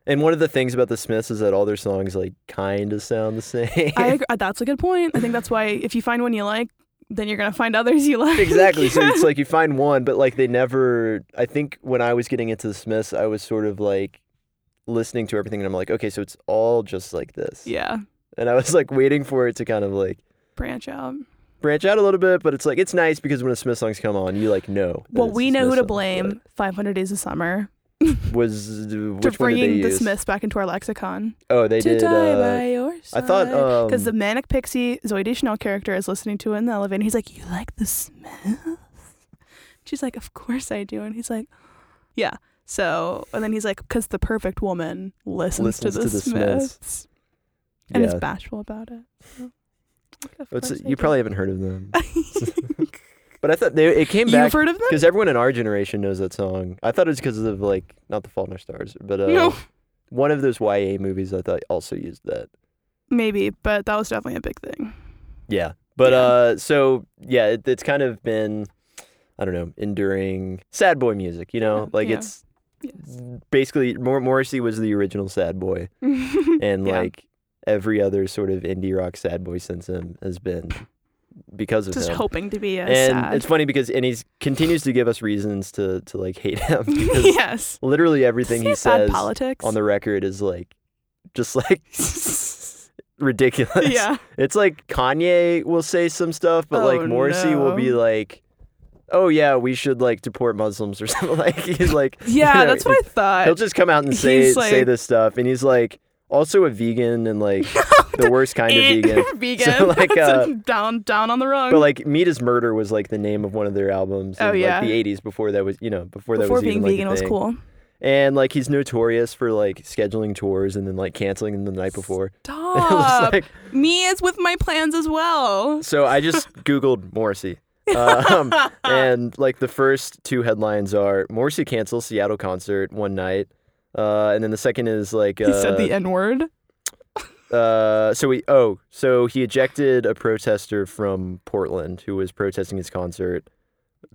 B: and one of the things about the smiths is that all their songs like kind of sound the same
A: I agree. That's a good point. I think that's why if you find one you like, then you're gonna find others you like.
B: exactly. So it's like you find one, but like they never. I think when I was getting into the Smiths, I was sort of like listening to everything, and I'm like, okay, so it's all just like this.
A: yeah,
B: And I was like waiting for it to kind of like
A: branch out.
B: branch out a little bit, but it's like it's nice because when the Smith songs come on, you like know. that
A: Well,
B: it's
A: we
B: the
A: know
B: Smiths
A: who to
B: songs,
A: blame. 500 Days of Summer.
B: but Was
A: To
B: which one did they
A: bringing the
B: use?
A: Smiths back into our lexicon.
B: Oh, they
A: to
B: did.
A: die
B: Uh,
A: by your
B: I
A: side.
B: thought
A: Because the
B: um,
A: manic pixie Zoe Deschanel character is listening to it in the elevator. and He's like, "You like the Smiths?" She's like, "Of course I do." And he's like, "Yeah." So, and then he's like, "Because the perfect woman listens,
B: Listens
A: to the,
B: to the Smiths."
A: Smiths, and
B: yeah.
A: is bashful about it." Of
B: What's
A: course
B: it-
A: I
B: you
A: do.
B: probably haven't heard of them, but I thought they it came back
A: You've heard of them?
B: because everyone in our generation knows that song. I thought it was because of like not the Fault in Our Stars, but uh,
A: No.
B: one of those YA movies. I thought also used that.
A: Maybe, but that was definitely a big thing.
B: Yeah, but
A: Yeah.
B: uh, so yeah, it, it's kind of been I don't know enduring sad boy music. You know,
A: Yeah,
B: like
A: yeah.
B: it's basically Mor- Morrissey was the original sad boy,
A: Yes.
B: and
A: Yeah.
B: like every other sort of indie rock sad boy since him has been because of
A: Just
B: him.
A: hoping to be a
B: and
A: sad.
B: it's funny because and he continues to give us reasons to to like hate him because
A: yes.
B: literally everything
A: Doesn't
B: he
A: have bad
B: says
A: politics.
B: on the record is like just like ridiculous.
A: yeah.
B: It's like Kanye will say some stuff, but
A: Oh,
B: like Morrissey will be
A: no.
B: like, "Oh yeah, we should like deport Muslims or something." Like he's like,
A: Yeah,
B: you know,
A: that's what I thought.
B: he'll just come out and say
A: he's
B: say
A: like-
B: this stuff, and he's like also a vegan and like the worst kind of
A: Eh,
B: vegan.
A: vegan.
B: So, like,
A: It's
B: uh,
A: down down on the rung.
B: But like Meat is Murder was like the name of one of their albums in
A: Oh,
B: like
A: yeah.
B: the eighties before that was you know, before, that
A: before
B: was
A: being
B: even, like, a
A: vegan was
B: thing.
A: cool.
B: And like he's notorious for like scheduling tours and then like canceling them the night before. And it was,
A: Stop.
B: like-
A: Me is with my plans as well.
B: so I just Googled Morrissey. Um, and like the first two headlines are Morrissey cancels Seattle concert one night. Uh, and then the second is like uh,
A: he said the N word.
B: uh, so we oh so he ejected a protester from Portland who was protesting his concert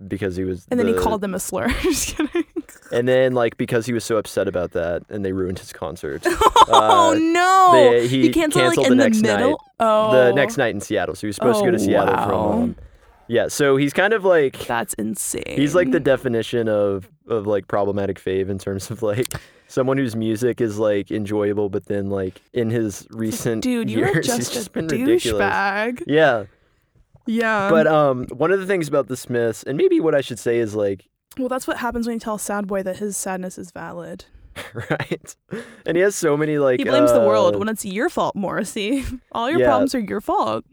B: because he was
A: And then he
B: the-
A: called them a slur. Just kidding.
B: And then, like, because he was so upset about that, and they ruined his concert.
A: Oh
B: Uh,
A: no!
B: they- he
A: canceled,
B: canceled
A: like
B: the
A: in
B: next
A: middle.
B: night.
A: Oh,
B: The next night in Seattle, so he was supposed to go to
A: Oh,
B: Seattle
A: wow.
B: from. Um, yeah, so he's kind of like
A: That's insane.
B: he's like the definition of of like problematic fave in terms of like someone whose music is like enjoyable, but then like in his recent
A: dude. You
B: years,
A: are
B: he's
A: just,
B: just
A: a
B: been ridiculous.
A: douchebag.
B: Yeah,
A: Yeah.
B: but um, one of the things about the Smiths, and maybe what I should say is like
A: well, that's what happens when you tell Sad Boy that his sadness is valid.
B: right, and he has so many like
A: He blames the world
B: uh,
A: when it's your fault, Morrissey. All your
B: yeah.
A: problems are your fault.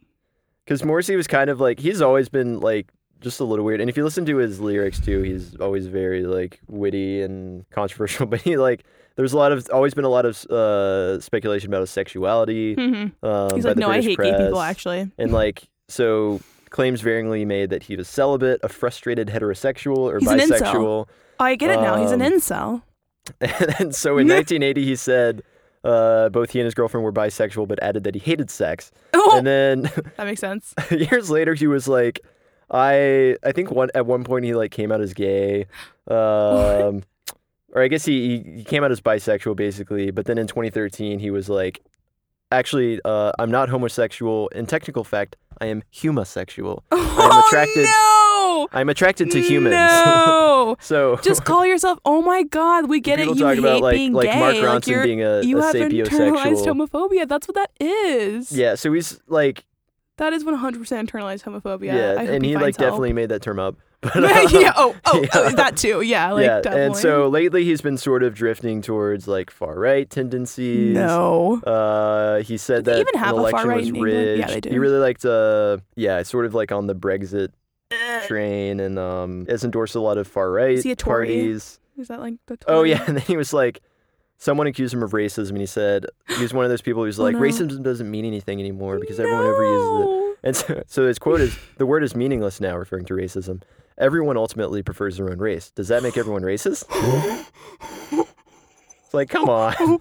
B: Because Morrissey was kind of like he's always been like just a little weird, and if you listen to his lyrics too, he's always very like witty and controversial. But he like there's a lot of always been a lot of uh, speculation about his sexuality.
A: hmm
B: Um,
A: He's
B: by
A: like,
B: the
A: no, I
B: British
A: hate gay people.
B: press."
A: Actually,
B: and like so claims varyingly made that he was celibate, a frustrated heterosexual or
A: He's an incel.
B: bisexual.
A: Oh, I get it now. He's an
B: Um,
A: incel.
B: And then, so in 1980, he said uh, both he and his girlfriend were bisexual, but added that he hated sex.
A: Oh,
B: And then
A: that makes sense.
B: years later he was like i i think one at one point he like came out as gay um or i guess he, he he came out as bisexual basically but then in 2013 he was like actually uh i'm not homosexual in technical fact i am humasexual
A: Oh
B: attracted
A: no!
B: i'm attracted to humans
A: No.
B: so
A: Just call yourself. Oh my God, we get
B: people
A: it. You
B: talk
A: hate
B: about like
A: being
B: like
A: gay.
B: mark ronson
A: you're-
B: being a,
A: you
B: a
A: have internalized
B: sapiosexual
A: homophobia. That's what that is.
B: yeah so he's like
A: That is 100% internalized homophobia.
B: yeah,
A: I hope
B: and he
A: finds
B: like
A: help.
B: definitely made that term up but
A: yeah. Oh, oh,
B: yeah.
A: oh, that too. Yeah. Like,
B: yeah,
A: definitely.
B: and so lately he's been sort of drifting towards like far right tendencies.
A: No.
B: Uh, he said
A: Do they
B: that
A: even have
B: an
A: a
B: election
A: far-right
B: was
A: in
B: rigged.
A: England? Yeah, they
B: He
A: do.
B: really liked, uh, yeah, sort of like on the Brexit train, and um, has endorsed a lot of far right
A: Is he a Tory?
B: parties.
A: Is that like the.
B: Oh yeah,
A: term?
B: and then he was like, someone accused him of racism, and he said he was one of those people who's
A: Oh,
B: like,
A: no.
B: racism doesn't mean anything anymore because
A: no.
B: everyone overuses it. And so, so his quote is, "The word is meaningless now," referring to racism. Everyone ultimately prefers their own race. Does that make everyone racist? It's like, come on.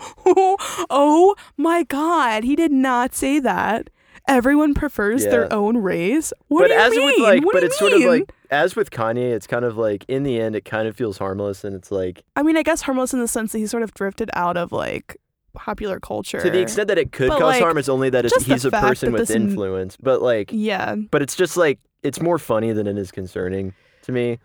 A: oh my God. He did not say that. Everyone prefers their
B: Yeah.
A: own race. What
B: but
A: do you
B: as
A: mean?
B: with like,
A: What do
B: but
A: you
B: it's sort of
A: mean?
B: like, as with Kanye, it's kind of like, in the end, it kind of feels harmless, and it's like,
A: I mean, I guess harmless in the sense that he sort of drifted out of like popular culture.
B: to the extent that it could
A: But,
B: cause
A: like,
B: harm, it's only that it's,
A: just the
B: he's a
A: fact
B: person
A: that
B: with
A: this m-
B: influence. But like,
A: Yeah.
B: but it's just like, it's more funny than it is concerning to me.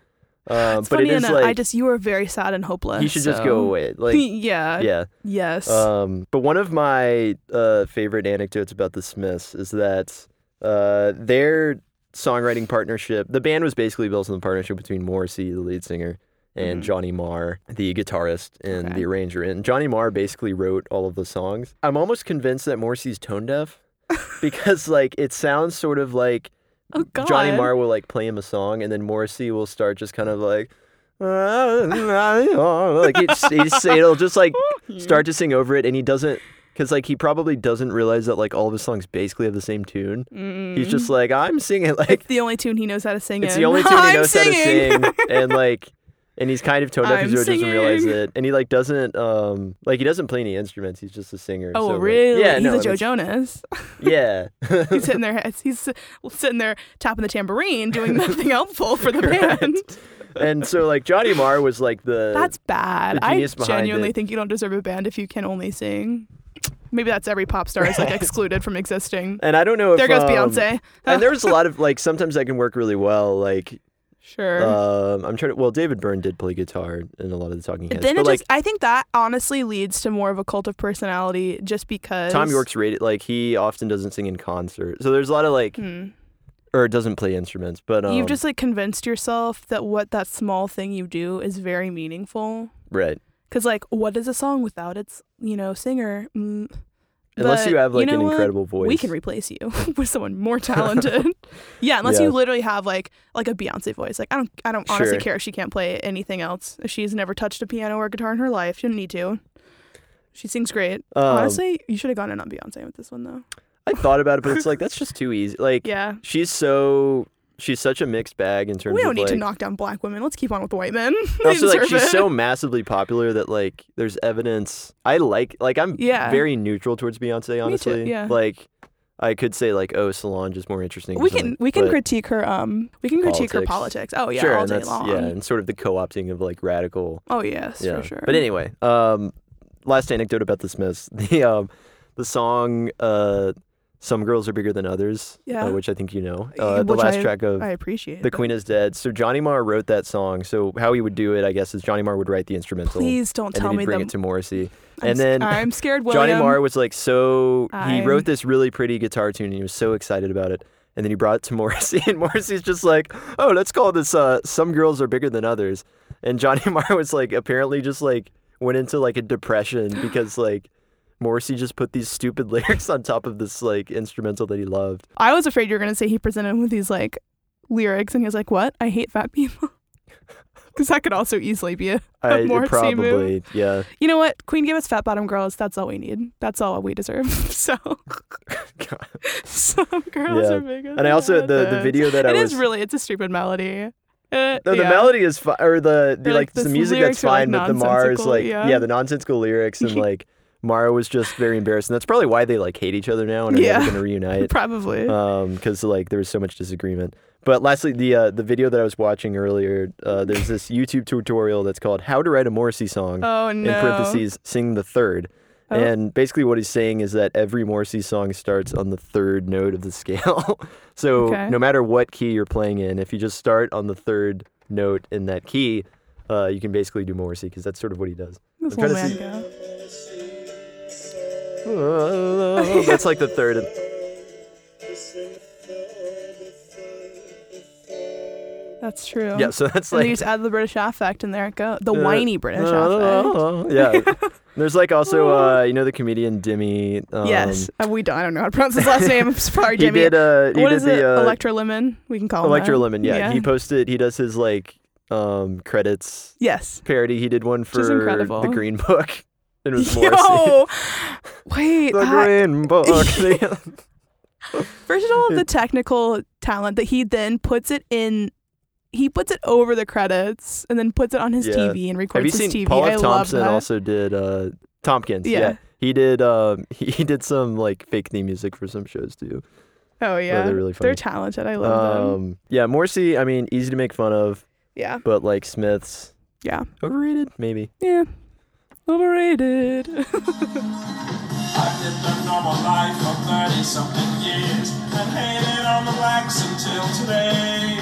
B: Um,
A: It's
B: but
A: funny
B: it is
A: and
B: like,
A: I just you are very sad and hopeless.
B: he should just
A: so-
B: go away. Like,
A: yeah.
B: yeah.
A: Yes.
B: Um, but one of my uh, favorite anecdotes about the Smiths is that uh, their songwriting partnership, the band was basically built on the partnership between Morrissey, the lead singer, and
A: Mhm.
B: Johnny Marr, the guitarist and
A: Okay.
B: the arranger. And Johnny Marr basically wrote all of the songs. I'm almost convinced that Morrissey's tone deaf because, like, it sounds sort of like
A: oh God.
B: Johnny Marr will like play him a song, and then Morrissey will start just kind of like, like he, he, it'll just like start to sing over it, and he doesn't because like he probably doesn't realize that like all of his songs basically have the same tune. He's
A: Mm-hmm.
B: just like I'm singing like
A: Mm. it's the only tune he knows how to sing.
B: it's
A: in.
B: the only tune he
A: I'm
B: knows
A: singing.
B: how to sing, and like, and he's kind of tone deaf.
A: I'm
B: He doesn't realize
A: singing.
B: it, and he like doesn't um like he doesn't play any instruments. He's just a singer.
A: Oh
B: so, like-
A: really?
B: yeah,
A: he's
B: no,
A: a Joe
B: that's-
A: Jonas.
B: Yeah,
A: He's sitting there. He's sitting there tapping the tambourine, doing nothing helpful for the
B: Correct.
A: band.
B: and so like Johnny Marr was like the
A: That's bad.
B: the
A: I
B: genius behind
A: genuinely
B: it.
A: think you don't deserve a band if you can only sing. Maybe that's every pop star is like excluded from existing.
B: and I don't know if
A: There goes
B: um,
A: Beyonce.
B: and there's a lot of like sometimes that can work really well. Like
A: Sure.
B: um, I'm trying to well David Byrne did play guitar in a lot of the Talking Heads,
A: then
B: but
A: it
B: like
A: just, I think that honestly leads to more of a cult of personality just because.
B: Tom York's rated like he often doesn't sing in concert, so there's a lot of like
A: Hmm.
B: or doesn't play instruments, but um,
A: You've just like convinced yourself that what that small thing you do is very meaningful.
B: right
A: Cause like, what is a song without its you know singer? Mm.
B: unless
A: But
B: you have like
A: know
B: an
A: what?
B: incredible voice.
A: We can replace you with someone more talented. yeah, unless
B: Yeah.
A: you literally have like like a Beyonce voice. Like I don't I don't honestly
B: Sure.
A: care if she can't play anything else. If she's never touched a piano or a guitar in her life, she didn't need to. She sings great.
B: Um,
A: honestly, you should have gone in on Beyonce with this one though.
B: I thought about it, but it's like that's just too easy. Like
A: Yeah.
B: she's so she's such a mixed bag in terms.
A: We don't
B: of,
A: need to
B: like-
A: knock down black women. Let's keep on with white men. They
B: Also, like
A: deserve
B: she's
A: it.
B: so massively popular that like there's evidence. I like like I'm
A: Yeah.
B: very neutral towards Beyonce. Honestly,
A: yeah.
B: Like I could say like oh Solange is more interesting. or
A: we
B: something,
A: can we can
B: but-
A: critique her um we can critique her politics.
B: Politics.
A: Oh yeah,
B: sure,
A: all
B: and
A: day
B: that's
A: long.
B: yeah, and sort of the co-opting of like radical.
A: Oh yes,
B: Yeah,
A: for sure.
B: But anyway, um, last anecdote about the Smiths. The um, the song uh, "Some Girls Are Bigger Than Others," uh,
A: Yeah.
B: which I think you know,
A: Y-
B: uh, the
A: which
B: last track of
A: I appreciate
B: "The
A: that.
B: Queen Is Dead." So Johnny Marr wrote that song. So how he would do it, I guess, is Johnny Marr would write the instrumental.
A: Please don't
B: and
A: tell
B: then
A: me
B: he'd bring
A: them.
B: it to Morrissey.
A: I'm
B: and
A: s-
B: then
A: I'm scared. William.
B: Johnny Marr was like so he
A: I'm-
B: wrote this really pretty guitar tune and he was so excited about it. And then he brought it to Morrissey and Morrissey's just like, Oh, let's call this uh Some Girls Are Bigger Than Others. And Johnny Marr was like apparently just like went into like a depression because like Morrissey just put these stupid lyrics on top of this like instrumental that he loved.
A: I was afraid you were gonna say he presented him with these like lyrics, and he was like, "What? I hate fat people." Because that could also easily be a.
B: I it
A: Morrissey
B: probably
A: move.
B: yeah.
A: You know what? Queen gave us fat bottom girls. That's all we need. That's all we deserve. So
B: God.
A: some girls
B: Yeah.
A: are big.
B: And I also the the video that I
A: It
B: was
A: is really. It's a stupid melody. Uh,
B: No, the
A: yeah.
B: melody is fine, or the, the
A: They're
B: like
A: like,
B: the
A: this
B: music
A: lyrics
B: that's
A: are, like,
B: fine, but the Mars
A: nonsensical,
B: like yeah.
A: yeah.
B: the nonsensical lyrics and like Mara was just very embarrassed, and that's probably why they like hate each other now and are
A: Yeah.
B: never gonna reunite,
A: Probably.
B: um, because like there was so much disagreement. But lastly, the uh, the video that I was watching earlier, uh, there's this YouTube tutorial that's called "How to Write a Morrissey Song"
A: oh
B: in
A: no.
B: parentheses sing the third.
A: Oh.
B: And basically, what he's saying is that every Morrissey song starts on the third note of the scale. so,
A: Okay.
B: no matter what key you're playing in, if you just start on the third note in that key, uh, you can basically do Morrissey because that's sort of what he does.
A: This
B: I'm trying
A: whole
B: to
A: man
B: see-
A: go.
B: Oh, that's like the third.
A: That's true.
B: Yeah, so that's
A: And they
B: like.
A: just add the British affect, and there it goes. The
B: uh, oh,
A: whiny British affect.
B: Yeah. There's like also, uh, you know, the comedian Demi. Um,
A: yes, Uh, we don't. I don't know how to pronounce his last name. I'm sorry,
B: He
A: Jimmy.
B: did. Uh, he
A: what
B: did
A: is
B: the,
A: it?
B: Uh,
A: Electro Lemon. We can call him
B: Electro
A: that.
B: Lemon, yeah. He posted he does his like um credits
A: yes.
B: parody. He did one
A: is
B: for
A: incredible.
B: the Green Book. And it was Morrissey.
A: Yo, wait.
B: The
A: that-
B: Green Book.
A: first of all, the technical talent that he then puts it in. He puts it over the credits and then puts it on his
B: Yeah.
A: TV and
B: Have you
A: records his
B: seen
A: TV.
B: Paula
A: I
B: Thompson
A: love that.
B: also did uh Tompkins, yeah.
A: Yeah.
B: He did um he, he did some like fake theme music for some shows too.
A: oh yeah,
B: they're really funny.
A: talented. I love them.
B: Um yeah, Morrissey, I mean, easy to make fun of,
A: Yeah,
B: but like Smith's
A: yeah,
B: overrated, maybe.
A: yeah. Overrated.
C: I did the normal life for 30 something years and hated on the blacks until today.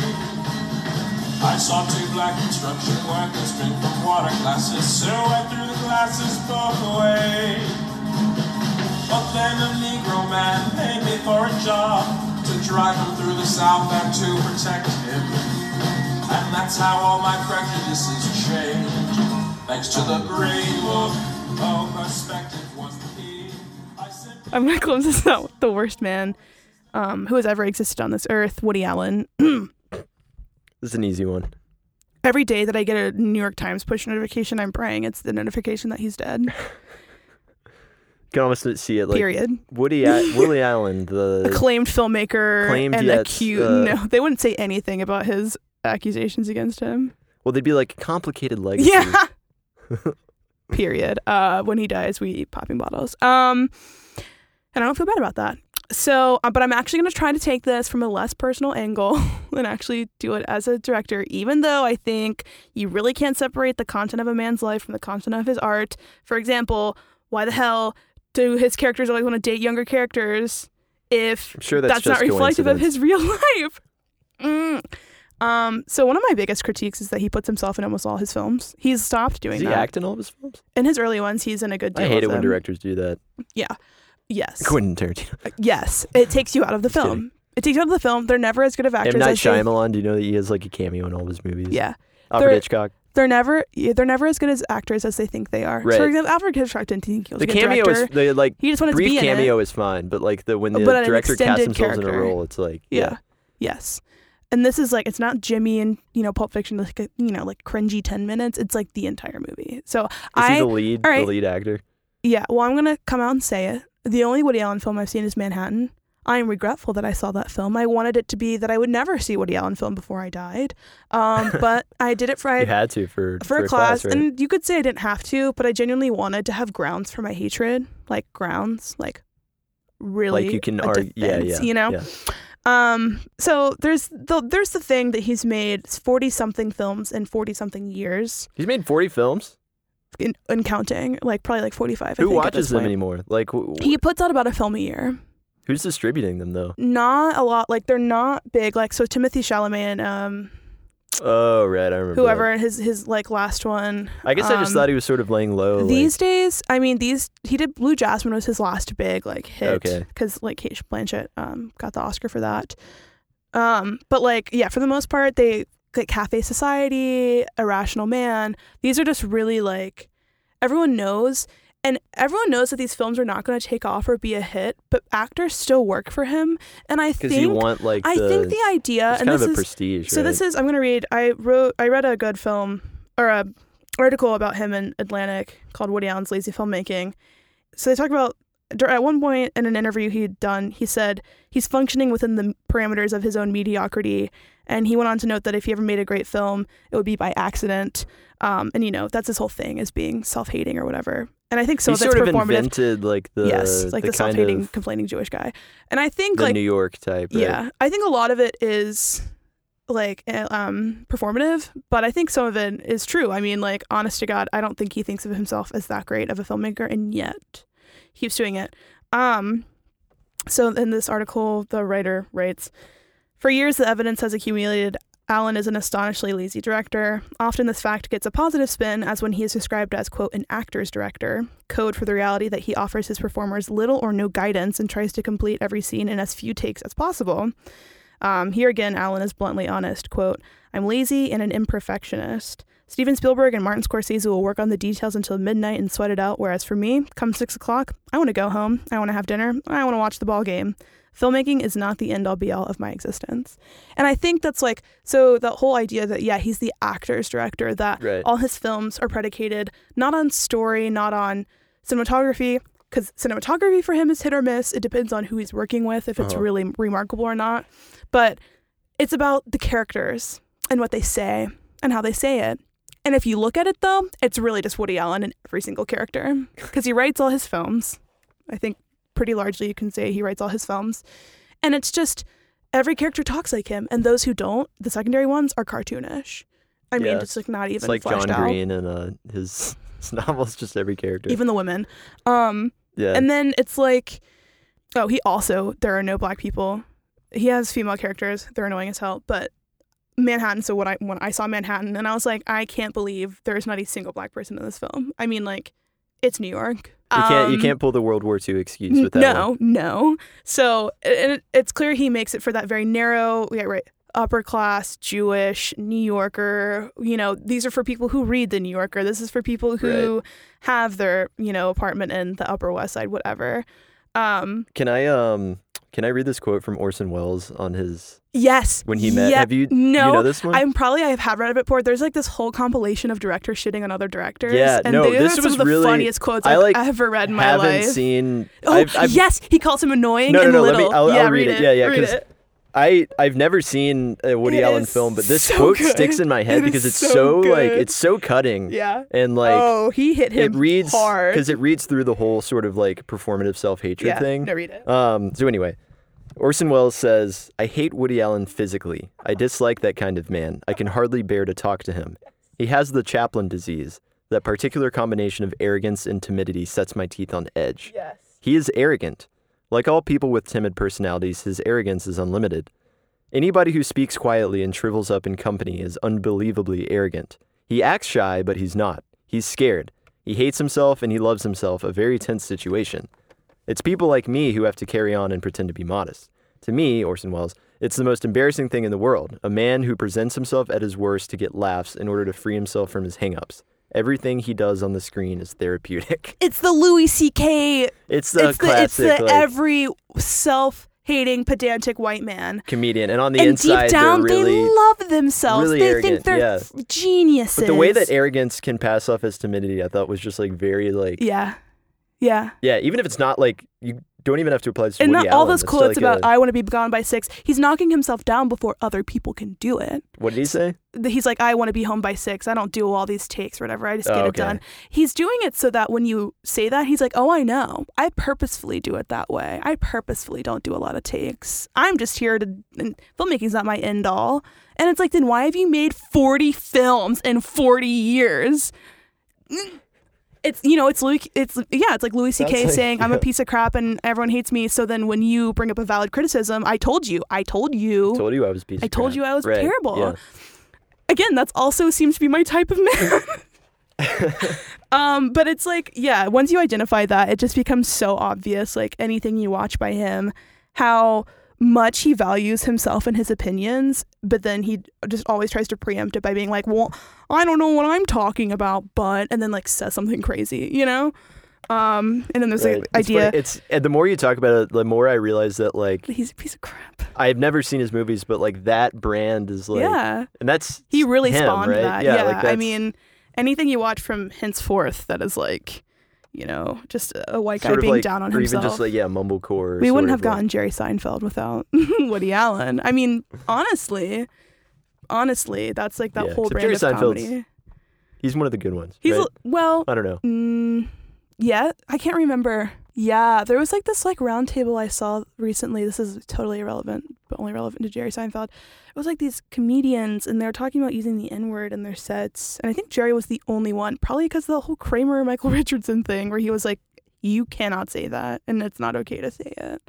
C: I saw two black construction workers drink from water glasses, so I threw the glasses both away. But then a Negro man paid me for a job to drive him through the South and to protect him. And that's how all my prejudices changed. Thanks to the great book, oh, perspective was the key. I simply
A: I'm gonna close this out. with The worst man, um, who has ever existed on this earth, Woody Allen.
B: This is an easy one.
A: Every day that I get a New York Times push notification, I'm praying it's the notification that he's dead.
B: can almost see it like
A: period.
B: Woody a- Woody Allen, the
A: Acclaimed filmmaker
B: Acclaimed,
A: and
B: yeah, it's,
A: accused.
B: uh,
A: no, they wouldn't say anything about his accusations against him.
B: well, they'd be like complicated legacy.
A: Yeah. period. Uh, when he dies, we eat popping bottles. Um, and I don't feel bad about that. So, uh, but I'm actually going to try to take this from a less personal angle and actually do it as a director, even though I think you really can't separate the content of a man's life from the content of his art. For example, why the hell do his characters always want to date younger characters if
B: I'm sure that's,
A: not
B: just
A: reflective of
B: coincidence.
A: his real life. Mm. Um, so one of my biggest critiques is that he puts himself in almost all his films. He's stopped doing
B: Does he
A: that.
B: act in all of his films?
A: In his early ones, he's in a good deal.
B: I hate it
A: of
B: when
A: them.
B: directors do that.
A: Yes.
B: Quentin Tarantino.
A: Yes, it takes you out of the
B: Just
A: film. It takes you out of the film. They're never as good of actors
B: M. Night
A: as they-
B: Shyamalan. Do you know that he has like a cameo in all of his movies?
A: Yeah,
B: Alfred
A: They're-
B: Hitchcock.
A: they're never yeah, they're never as good as actors as they think they are.
B: Right.
A: For example, Alfred Hitchcock didn't think he was
B: The
A: a good
B: cameo
A: director.
B: is the like
A: he just wanted to
B: brief
A: be in it. Oh,
B: cameo is fine, but like the when the
A: But an
B: director casts
A: extended
B: themselves in a
A: character.
B: role, it's like
A: Yeah. Yes. And this is like it's not Jimmy and you know Pulp Fiction like a, you know like cringy ten minutes. It's like the entire movie. So
B: Is he
A: I
B: the lead?
A: all right.
B: The lead actor.
A: yeah. Well, I'm gonna come out and say it. The only Woody Allen film I've seen is Manhattan. I am regretful that I saw that film. I wanted it to be that I would never see a Woody Allen film before I died. Um, but I did it for
B: you had to for
A: for, a class,
B: right?
A: and you could say I didn't have to, but I genuinely wanted to have grounds for my hatred, like grounds, like really
B: like you can
A: a
B: argue. Yeah,
A: defense,
B: yeah.
A: you know.
B: yeah.
A: Um, so there's the there's the thing that he's made forty something films in forty something years
B: He's made forty films.
A: in, in counting, like probably like forty five.
B: Who
A: I think, at
B: watches
A: this
B: them
A: point.
B: anymore? Like wh- wh-
A: He puts out about a film a year.
B: who's distributing them though?
A: Not a lot. Like they're not big. Like so, Timothy Chalamet and um
B: Oh, right. I remember. that.
A: whoever his his like last one.
B: I guess I just
A: um,
B: thought he was sort of laying low. Oh, like-
A: These days, I mean, these he did Blue Jasmine was his last big like hit
B: Okay.
A: because like Kate Blanchett um got the Oscar for that. Um, but like yeah, for the most part, they like Cafe Society, Irrational Man. These are just really like everyone knows, and everyone knows that these films are not going to take off or be a hit, but actors still work for him, and I
B: because you
A: think.
B: want like
A: I
B: the,
A: think the idea,
B: it's
A: and
B: kind
A: this
B: of a
A: is
B: prestige.
A: so this
B: right?
A: is I'm gonna read. I wrote. I read a good film or a article about him in Atlantic called Woody Allen's Lazy Filmmaking. So they talk about dur- at one point in an interview he had done. He said he's functioning within the parameters of his own mediocrity, and he went on to note that if he ever made a great film, it would be by accident. Um, and you know that's his whole thing is being self-hating or whatever. And I think so.
B: he
A: that's
B: sort of
A: performative.
B: invented like the
A: yes, like the,
B: the, kind
A: self-hating,
B: of
A: complaining Jewish guy. And I think
B: the
A: like
B: New York type. right?
A: yeah, I think a lot of it is like uh, um performative, but I think some of it is true. I mean, like honest to God, I don't think he thinks of himself as that great of a filmmaker, and yet he keeps doing it. Um, so in this article, the writer writes, for years the evidence has accumulated. Allen is an astonishingly lazy director. Often, this fact gets a positive spin, as when he is described as, quote, an actor's director, code for the reality that he offers his performers little or no guidance and tries to complete every scene in as few takes as possible. Um, here again, Allen is bluntly honest. Quote, I'm lazy and an imperfectionist. Steven Spielberg and Martin Scorsese will work on the details until midnight and sweat it out, whereas for me, come six o'clock, I want to go home, I want to have dinner, I want to watch the ball game. Filmmaking is not the end all be all of my existence. And I think that's like, so the whole idea that, yeah, he's the actor's director, that
B: Right.
A: all his films are predicated not on story, not on cinematography, because cinematography for him is hit or miss. It depends on who he's working with, if it's
B: Uh-huh.
A: really remarkable or not. But it's about the characters and what they say and how they say it. And if you look at it though, it's really just Woody Allen in every single character because he writes all his films. I think pretty largely you can say he writes all his films. And it's just every character talks like him. And those who don't, the secondary ones, are cartoonish. I mean,
B: Yeah.
A: it's like not even
B: It's like
A: fleshed
B: John
A: out.
B: Green and uh, his, his novels, just every character.
A: Even the women. Um,
B: yeah.
A: and then it's like, oh, he also, there are no black people. He has female characters. They're annoying as hell. But Manhattan, so when I, when I saw Manhattan, and I was like, I can't believe there's not a single black person in this film. I mean, like, it's New York.
B: you can't you
A: Um,
B: can't pull the World War II excuse with that.
A: no,
B: one.
A: no. So and it, it's clear he makes it for that very narrow, yeah, right, upper class Jewish New Yorker. You know, these are for people who read the New Yorker. This is for people who have their you know apartment in the Upper West Side, whatever. Um,
B: Can I um Can I read this quote from Orson Welles on his
A: Yes.
B: when he met?
A: yeah,
B: Have you
A: No.
B: you know this one?
A: I'm probably I have read of it before. There's like this whole compilation of directors shitting on other directors.
B: Yeah,
A: and
B: no,
A: those
B: this
A: are some
B: was
A: of the
B: really-
A: funniest quotes
B: I,
A: I've
B: like,
A: ever read in my
B: haven't
A: life.
B: seen.
A: oh
B: I've, I've,
A: yes, he calls him annoying
B: No, no,
A: and
B: no.
A: little.
B: Let me. I'll,
A: yeah,
B: I'll read, it. Yeah, yeah.
A: Read
B: 'cause
A: it.
B: I I've never seen a Woody
A: It
B: Allen
A: is
B: film, but this
A: so
B: quote
A: good.
B: sticks in my head
A: It is
B: because it's
A: so
B: so, like
A: good.
B: it's so cutting.
A: Yeah.
B: And like
A: oh, he hit him
B: it reads
A: hard.
B: because it reads through the whole sort of like performative self hatred
A: yeah,
B: thing.
A: No, read it.
B: Um, so anyway, Orson Welles says, "I hate Woody Allen physically. I dislike that kind of man. I can hardly bear to talk to him. He has the Chaplin disease. That particular combination of arrogance and timidity sets my teeth on edge.
A: Yes.
B: He is arrogant. Like all people with timid personalities, his arrogance is unlimited. Anybody who speaks quietly and shrivels up in company is unbelievably arrogant. He acts shy, but he's not. He's scared. He hates himself and he loves himself, a very tense situation. It's people like me who have to carry on and pretend to be modest. To me, Orson Welles, it's the most embarrassing thing in the world a man who presents himself at his worst to get laughs in order to free himself from his hang ups. Everything he does on the screen is therapeutic.
A: It's the Louis C.K.
B: It's the
A: it's the
B: classic
A: it's the
B: like,
A: every self-hating pedantic white man.
B: comedian, and on the
A: and
B: inside
A: deep down,
B: they're really.
A: they love themselves.
B: really
A: they
B: arrogant,
A: think they're
B: yeah.
A: f- geniuses.
B: but the way that arrogance can pass off as timidity, I thought was just like very like yeah.
A: yeah, yeah,
B: even if it's not like you don't even have to apply this to
A: and
B: Woody
A: not all
B: Allen,
A: those
B: it's
A: quotes
B: like
A: about
B: a-
A: "I want to be gone by six. He's knocking himself down before other people can do it.
B: what did he say?
A: Th- He's like, "I want to be home by six. I don't do all these takes or whatever. I just get
B: Oh,
A: it
B: okay.
A: done." He's doing it so that when you say that, he's like, "Oh, I know. I purposefully do it that way. I purposefully don't do a lot of takes. I'm just here to and filmmaking's not my end all." And it's like, then why have you made 40 films in 40 years? It's you know it's Louis it's yeah it's like Louis C.K.
B: That's like-
A: saying I'm a
B: yeah.
A: piece of crap and everyone hates me. So then when you bring up a valid criticism, I told you, I told you,
B: Told you I was a piece.
A: I
B: of
A: told
B: crap.
A: you I was
B: Right,
A: terrible.
B: yeah.
A: Again, that's also seems to be my type of man. um, but it's like, yeah, once you identify that, it just becomes so obvious, like anything you watch by him, how much he values himself and his opinions, but then he just always tries to preempt it by being like, Well, I don't know what I'm talking about, but and then like says something crazy, you know? Um, and then there's
B: Right.
A: like
B: It's funny.
A: idea
B: It's, and the more you talk about it, the more I realize that like
A: he's a piece of crap.
B: I've never seen his movies, but like that brand is like,
A: yeah.
B: and that's
A: He really
B: him,
A: spawned
B: right?
A: that.
B: Yeah,
A: Yeah,
B: like
A: I
B: that's-
A: mean, anything you watch from henceforth that is like, you know, just a white guy
B: sort of
A: being
B: like,
A: down on
B: or
A: himself.
B: even just like yeah, mumblecore.
A: we
B: sort
A: wouldn't
B: of,
A: have
B: like-
A: gotten Jerry Seinfeld without Woody Allen. I mean, honestly, honestly, that's like that
B: Yeah,
A: whole
B: except
A: brand
B: Jerry
A: of
B: Seinfeld's-
A: comedy.
B: He's one of the good ones.
A: He's
B: right?
A: a- well,
B: I don't know.
A: Mm, yeah, I can't remember. Yeah, there was like this like round table I saw recently. This is totally irrelevant, but only relevant to Jerry Seinfeld. It was like these comedians and they were talking about using the N word in their sets. And I think Jerry was the only one, probably because of the whole Kramer Michael Richardson thing where he was like, you cannot say that and it's not okay to say it.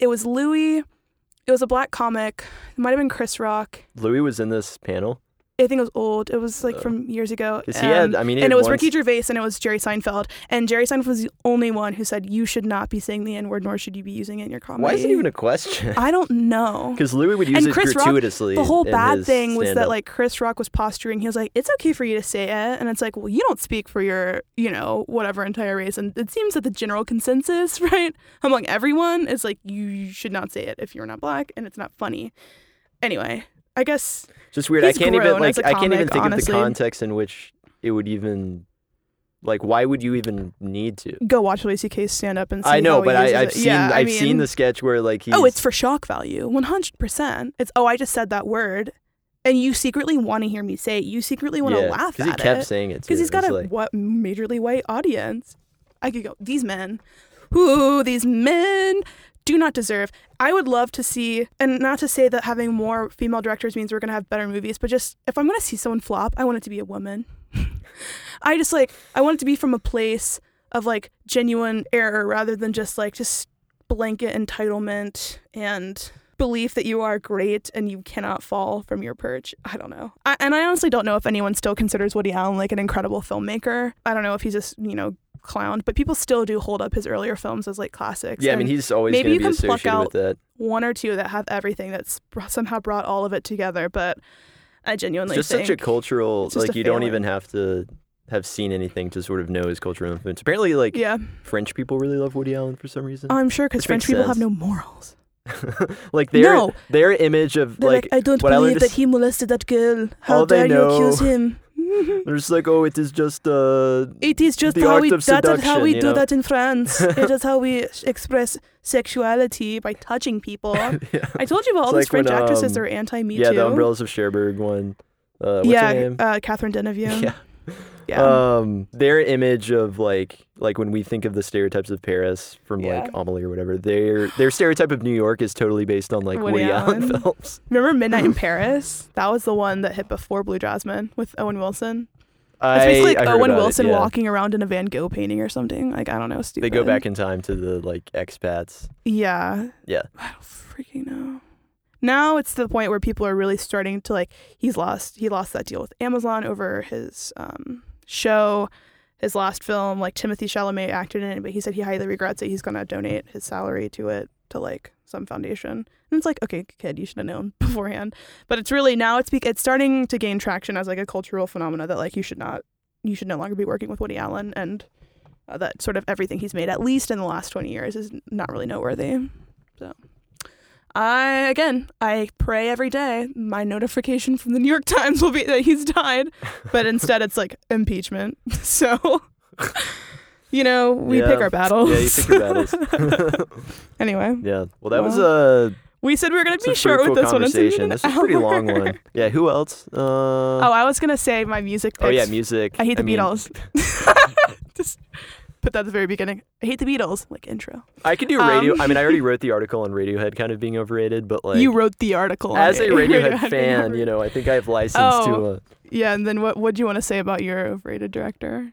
A: It was Louis. It was a black comic. It might have been Chris Rock.
B: Louis was in this panel
A: I think it was old. It was like
B: Oh.
A: from years ago.
B: because he had.
A: Um,
B: I mean,
A: and
B: he had
A: it was
B: once-
A: Ricky Gervais and it was Jerry Seinfeld. And Jerry Seinfeld was the only one who said you should not be saying the N word, nor should you be using it in your comedy.
B: Why is it even a question?
A: I don't know.
B: Because Louis would use
A: And
B: it
A: Chris Rock,
B: gratuitously.
A: The whole
B: in
A: bad
B: his
A: thing was
B: stand-up.
A: that like Chris Rock was posturing. He was like, "It's okay for you to say it," and it's like, "Well, you don't speak for your, you know, whatever entire race." And it seems that the general consensus, right, among everyone, is like you should not say it if you're not black, and it's not funny. Anyway, I guess
B: just weird. I
A: he's
B: can't even
A: grown
B: like
A: as a
B: I can't even
A: comic,
B: think
A: honestly.
B: of the context in which it would even like why would you even need to?
A: go watch Louis C.K. stand up and see
B: I know,
A: how he
B: but
A: uses
B: I, I've
A: it.
B: seen
A: Yeah, I
B: I've
A: mean-
B: seen the sketch where like he's
A: Oh, it's for shock value. 100%. It's, oh, I just said that word. And you secretly want to hear me say it. You secretly want to
B: yeah,
A: laugh
B: 'cause
A: at
B: he kept
A: it.
B: saying it
A: Because he's
B: too.
A: got
B: It's
A: a
B: like,
A: what majorly white audience. I could go, these men. Ooh, these men do not deserve. I would love to see, and not to say that having more female directors means we're going to have better movies, but just if I'm going to see someone flop, I want it to be a woman. I just like, I want it to be from a place of like genuine error rather than just like just blanket entitlement and belief that you are great and you cannot fall from your perch. I don't know. I, and I honestly don't know if anyone still considers Woody Allen like an incredible filmmaker. I don't know if he's just, you know, clowned, but people still do hold up his earlier films as like classics.
B: yeah, I
A: And
B: mean he's always
A: maybe
B: going to
A: you
B: be
A: can pluck
B: associated
A: out
B: with that.
A: one or two that have everything that's br- somehow brought all of it together, but I
B: It's
A: genuinely
B: just
A: think
B: such a cultural
A: it's just
B: like
A: a
B: you don't
A: failing.
B: even have to have seen anything to sort of know his cultural influence. Apparently, like
A: Yeah.
B: French people really love Woody Allen for some reason.
A: I'm sure because
B: Which makes
A: French people have
B: sense.
A: no morals.
B: like their
A: No.
B: their image of
A: They're
B: like,
A: like, I don't
B: what I learned
A: believe
B: to
A: that he molested that girl.
B: All
A: How
B: they
A: dare you accuse
B: know-
A: him?
B: they're just like oh it is just uh
A: It is just
B: The
A: how
B: art
A: we
B: of
A: that is how
B: seduction,
A: we
B: you
A: do
B: know?
A: that in France. it is how we s- express sexuality by touching people.
B: yeah,
A: I told you about all
B: It's
A: these
B: like when,
A: French actresses
B: um,
A: are anti Me
B: yeah
A: Too.
B: the umbrellas of Cherbourg one uh what's
A: yeah,
B: her name
A: Uh, Catherine Deneuve.
B: Yeah.
A: yeah.
B: um their image of like like when we think of the stereotypes of Paris from like
A: Yeah.
B: Amelie or whatever their their stereotype of New York is totally based on like
A: Woody
B: Woody, Allen.
A: Allen.
B: films
A: Remember Midnight in Paris? That was the one that hit before Blue Jasmine with Owen Wilson. It's
B: I,
A: basically
B: I
A: like
B: heard
A: Owen
B: about it,
A: Wilson
B: yeah.
A: walking around in a Van Gogh painting or something. Like I don't know, stupid.
B: they go back in time to the like expats
A: Yeah.
B: Yeah.
A: I don't freaking know. Now it's to the point where people are really starting to like. He's lost. He lost that deal with Amazon over his um, show, his last film. Like Timothy Chalamet acted in it, but he said he highly regrets it. He's gonna donate his salary to it to like some foundation. And it's like, okay, kid, you should have known beforehand. But it's really now it's bec it's starting to gain traction as like a cultural phenomena that like you should not you should no longer be working with Woody Allen and uh, that sort of everything he's made, at least in the last 20 years, is not really noteworthy. So, I again, I pray every day my notification from the New York Times will be that he's died, but instead it's like impeachment. So, you know, we
B: Yeah.
A: pick our battles.
B: yeah you pick your battles
A: anyway,
B: yeah well that was uh, a
A: we said we were going to
B: It's a
A: be short with
B: fruitful
A: this one. It's been
B: conversation.
A: an
B: This is a pretty
A: hour.
B: long one. Yeah. Who else? Uh,
A: Oh,
B: oh,
A: I was going to say my music picks.
B: yeah, music.
A: I hate the
B: mean,
A: Beatles. Just put that at the very beginning. I hate the Beatles, like intro.
B: I could do
A: Um,
B: radio. I mean, I already wrote the article on Radiohead kind of being overrated, but like
A: you wrote the article. on
B: as a
A: it.
B: Radiohead,
A: Radiohead
B: fan,
A: Radiohead.
B: you know, I think I have license
A: Oh.
B: to.
A: Yeah, and then what what do you want to say about your overrated director?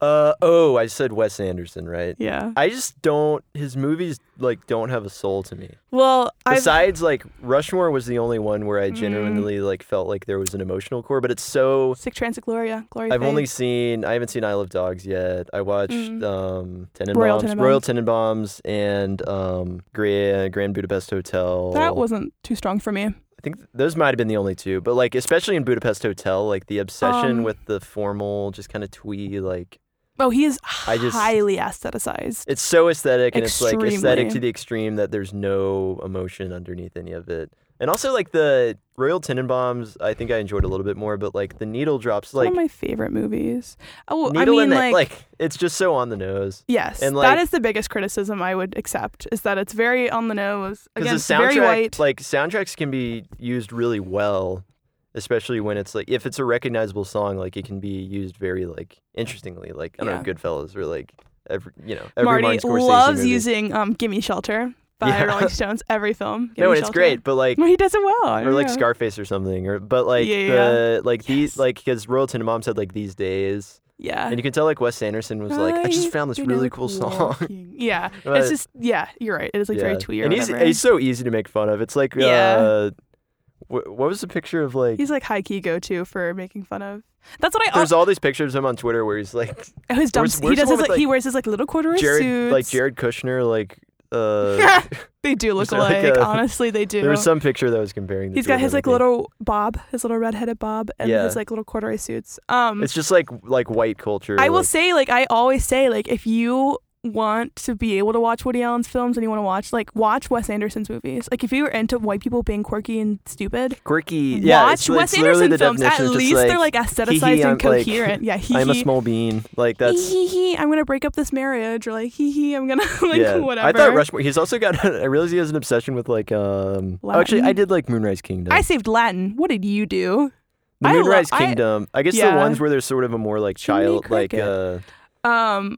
B: A, uh, oh, I said Wes Anderson, right?
A: Yeah.
B: I just don't. His movies like don't have a soul to me.
A: Well, I
B: Besides, like Rushmore was the only one where I genuinely like felt like there was an emotional core, but it's so
A: Sick Transit Gloria, Glory.
B: I've
A: Fade.
B: only seen I haven't seen I Love Dogs yet. I watched um, Tenenbaums,
A: Mm. Royal
B: Royal
A: Tenenbaums.
B: Tenenbaums, and um, Grand, Grand Budapest Hotel.
A: that wasn't too strong for me.
B: I think th- those might have been the only two, but like especially in Budapest Hotel, like the obsession
A: Um,
B: with the formal, just kind of twee, like
A: Oh, he is
B: I just-
A: highly aestheticized.
B: it's so aesthetic and it's like aesthetic
A: Extremely.
B: to the extreme that there's no emotion underneath any of it. And also like the Royal Tenenbaums, I think I enjoyed a little bit more, but like the needle drops,
A: One
B: like
A: of Oh my favorite movies. Oh, I
B: needle
A: mean,
B: in the
A: like,
B: like it's just so on the nose.
A: yes,
B: and,
A: that
B: like-
A: is the biggest criticism I would accept is that it's very on the nose. Again,
B: because the
A: very
B: soundtrack
A: white.
B: like soundtracks can be used really well especially when it's like if it's a recognizable song like it can be used very like interestingly like i don't know
A: Yeah.
B: goodfellas or like every you know every
A: Marty
B: Martin Scorsese
A: loves
B: movie.
A: using um, "Gimme Shelter" by
B: Yeah.
A: Rolling Stones every film. Gimme
B: no and it's
A: Shelter.
B: great but like
A: Well, he does it well. I
B: or like
A: know.
B: scarface or something or but like
A: Yeah,
B: the like these
A: Yes.
B: like because royal tenenbaums had like these days
A: Yeah.
B: and you can tell like wes anderson was like i just found this
A: You're
B: really
A: like
B: cool song
A: walking. Yeah,
B: Right.
A: it's just yeah, you're right. It is like very twee or
B: and he's,
A: whatever.
B: he's so easy to make fun of it's like
A: Yeah.
B: uh wh- what was the picture of like
A: He's like high key go to for making fun of. That's what I.
B: There's all these pictures of him on Twitter where he's like
A: oh, his dumb.
B: where's-
A: he
B: where's the
A: does
B: one
A: his
B: with,
A: like, he wears his like little corduroy
B: Jared,
A: suits.
B: like Jared Kushner, like uh,
A: they do look
B: there, like,
A: alike.
B: a-
A: Honestly, they do.
B: there was some picture that was comparing. The
A: he's
B: two of
A: got his
B: them, I
A: like
B: think.
A: little bob, his little redheaded bob, and
B: Yeah.
A: his like little corduroy suits. Um,
B: It's just like like white culture.
A: I will
B: like-
A: say, like, I always say, like, if you want to be able to watch Woody Allen's films and you want to watch, like, watch Wes Anderson's movies. Like, if you were into white people being quirky and stupid,
B: quirky. Yeah,
A: watch
B: it's,
A: Wes
B: it's literally
A: Anderson
B: the
A: films. At
B: definition of just,
A: least they're like
B: "Hee
A: aestheticized
B: hee, I'm,
A: and
B: like,
A: coherent. yeah, hee
B: I'm a
A: hee.
B: small bean. Like that's
A: hee hee. I'm gonna break up this marriage, or like hee hee. I'm gonna like
B: yeah.
A: whatever.
B: I thought Rushmore. He's also got. I realize he has an obsession with like um. oh, Actually, I
A: Latin?
B: did like Moonrise Kingdom.
A: I saved Latin. What did you do?
B: the
A: I lo-
B: Moonrise
A: I-
B: Kingdom. I, guess
A: Yeah.
B: the ones where there's sort of a more like
A: Jiminy
B: child, like
A: Cricket.
B: uh,
A: Um,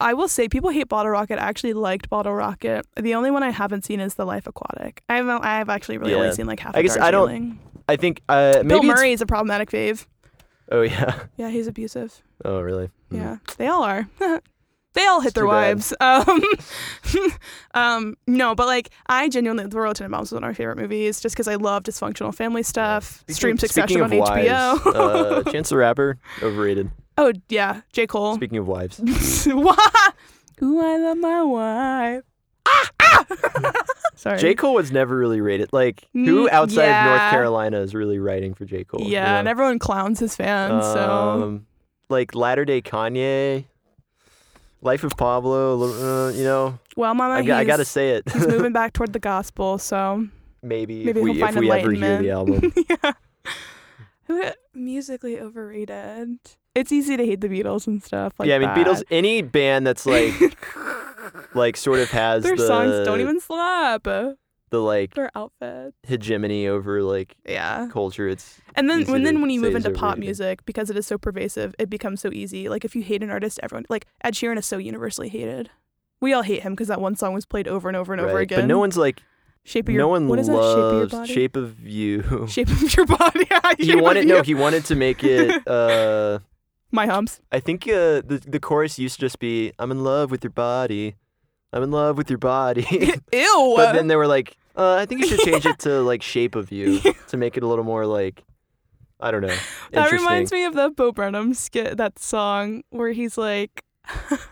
A: I will say people hate Bottle Rocket. I actually liked Bottle Rocket. The only one I haven't seen is The Life Aquatic. I've I've actually really only
B: Yeah.
A: seen like half.
B: I
A: of
B: guess
A: Darjeeling.
B: I don't- I think uh, maybe
A: Bill
B: it's-
A: Murray is a problematic fave.
B: Oh yeah.
A: Yeah, he's abusive.
B: Oh really? Hmm.
A: Yeah, they all are. they all hit
B: It's
A: their
B: too bad.
A: wives. Um, um, no, but like I genuinely, The Royal Tenenbaums was one of my favorite movies, just because I love dysfunctional family stuff. Stream Succession
B: speaking
A: on
B: of wives,
A: HBO.
B: uh, Chance the Rapper, overrated.
A: oh yeah, J Cole.
B: Speaking of wives,
A: Wah! Ooh, I love my wife. Ah, ah! Sorry.
B: J. Cole was never really rated. Like, who
A: Mm,
B: outside of
A: yeah.
B: North Carolina is really writing for J. Cole? you
A: Yeah, and
B: know?
A: everyone clowns his fans. so
B: Um, like latter day Kanye, Life of Pablo. Uh, you know,
A: Well, Mama,
B: I, got, I
A: he's-
B: gotta say it.
A: he's moving back toward the gospel, so
B: maybe,
A: maybe
B: if we
A: he'll find
B: if we ever hear
A: enlightenment.
B: the album.
A: yeah. Who musically overrated? It's easy to hate the Beatles and stuff. Like
B: yeah, I mean
A: that.
B: Beatles. Any band that's like like sort of has
A: Their
B: the
A: songs don't even slap.
B: the like
A: Their outfits.
B: hegemony over like
A: Yeah.
B: culture. It's
A: And then
B: easy
A: when then
B: to
A: when you
B: say
A: move
B: is
A: into pop
B: overrated.
A: music, because it is so pervasive, it becomes so easy. Like if you hate an artist, everyone like Ed Sheeran is so universally hated. We all hate him because that one song was played over and over and over
B: right.
A: again.
B: But no one's like
A: shape of your
B: no one
A: what is that? Shape of your
B: loves
A: body.
B: Shape of You.
A: Shape of your body.
B: he
A: Shape of
B: wanted no.
A: you.
B: He wanted to make it. uh
A: My humps.
B: I think uh, the the chorus used to just be "I'm in love with your body, I'm in love with your body,"
A: Ew.
B: but then they were like, uh, "I think you should change it to like shape of you to make it a little more like, I don't know."
A: That
B: interesting.
A: reminds me of the Bo Burnham skit, that song where he's like,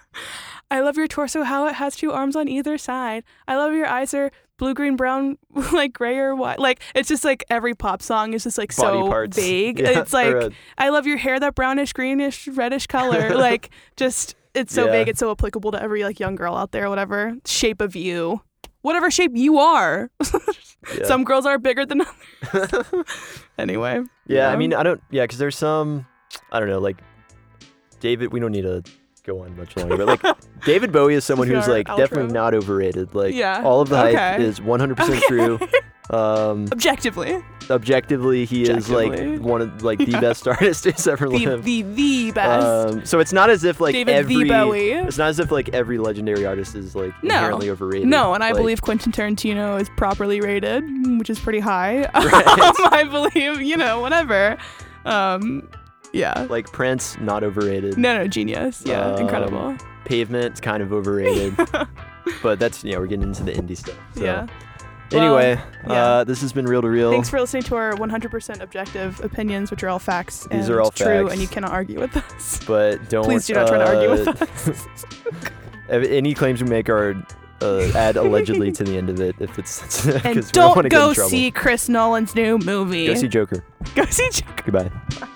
A: I love your torso, how it has two arms on either side. I love your eyes are blue, green, brown, like gray or white. Like, it's just like every pop song is just like
B: Body
A: so
B: parts.
A: vague.
B: Yeah,
A: It's like,
B: or, uh,
A: I love your hair, that brownish, greenish, reddish color. like, just, it's so
B: Yeah.
A: vague. It's so applicable to every like young girl out there, whatever. Shape of you. Whatever shape you are.
B: yeah.
A: Some girls are bigger than others. anyway.
B: Yeah, I mean, I don't. Yeah, because there's some. I don't know, like David. We don't need to go on much longer, but like David Bowie is someone
A: This
B: who's
A: is our
B: like definitely
A: outro.
B: not overrated. Like,
A: Yeah,
B: all of the hype
A: okay.
B: is 100 percent true. Um,
A: Objectively.
B: objectively, he is
A: Objectively.
B: like one of like the
A: Yeah.
B: best artists who's ever
A: the
B: lived.
A: the the best.
B: Um, so it's not as if like
A: David
B: every
A: the Bowie.
B: it's not as if like every legendary artist is like
A: No.
B: inherently overrated.
A: no, and I
B: Like,
A: believe Quentin Tarantino is properly rated, which is pretty high. Um,
B: Right.
A: I believe, you know, whatever. Um, yeah.
B: like Prince not overrated.
A: No, no, genius. Yeah,
B: Um,
A: incredible.
B: Pavement's kind of overrated. but that's yeah, we're getting into the indie stuff. So.
A: yeah.
B: Anyway,
A: Well, yeah.
B: uh, this has been real to real.
A: Thanks for listening to our 100% objective opinions, which are all facts.
B: These
A: and
B: are all
A: true,
B: facts.
A: and you cannot argue with us.
B: but don't
A: Please do not try to argue with
B: us. any claims we make are uh, add allegedly to the end of it if it's
A: And
B: because we
A: don't
B: want to get
A: go
B: in trouble.
A: see Chris Nolan's new movie.
B: go see Joker.
A: Go see Jack-
B: Goodbye.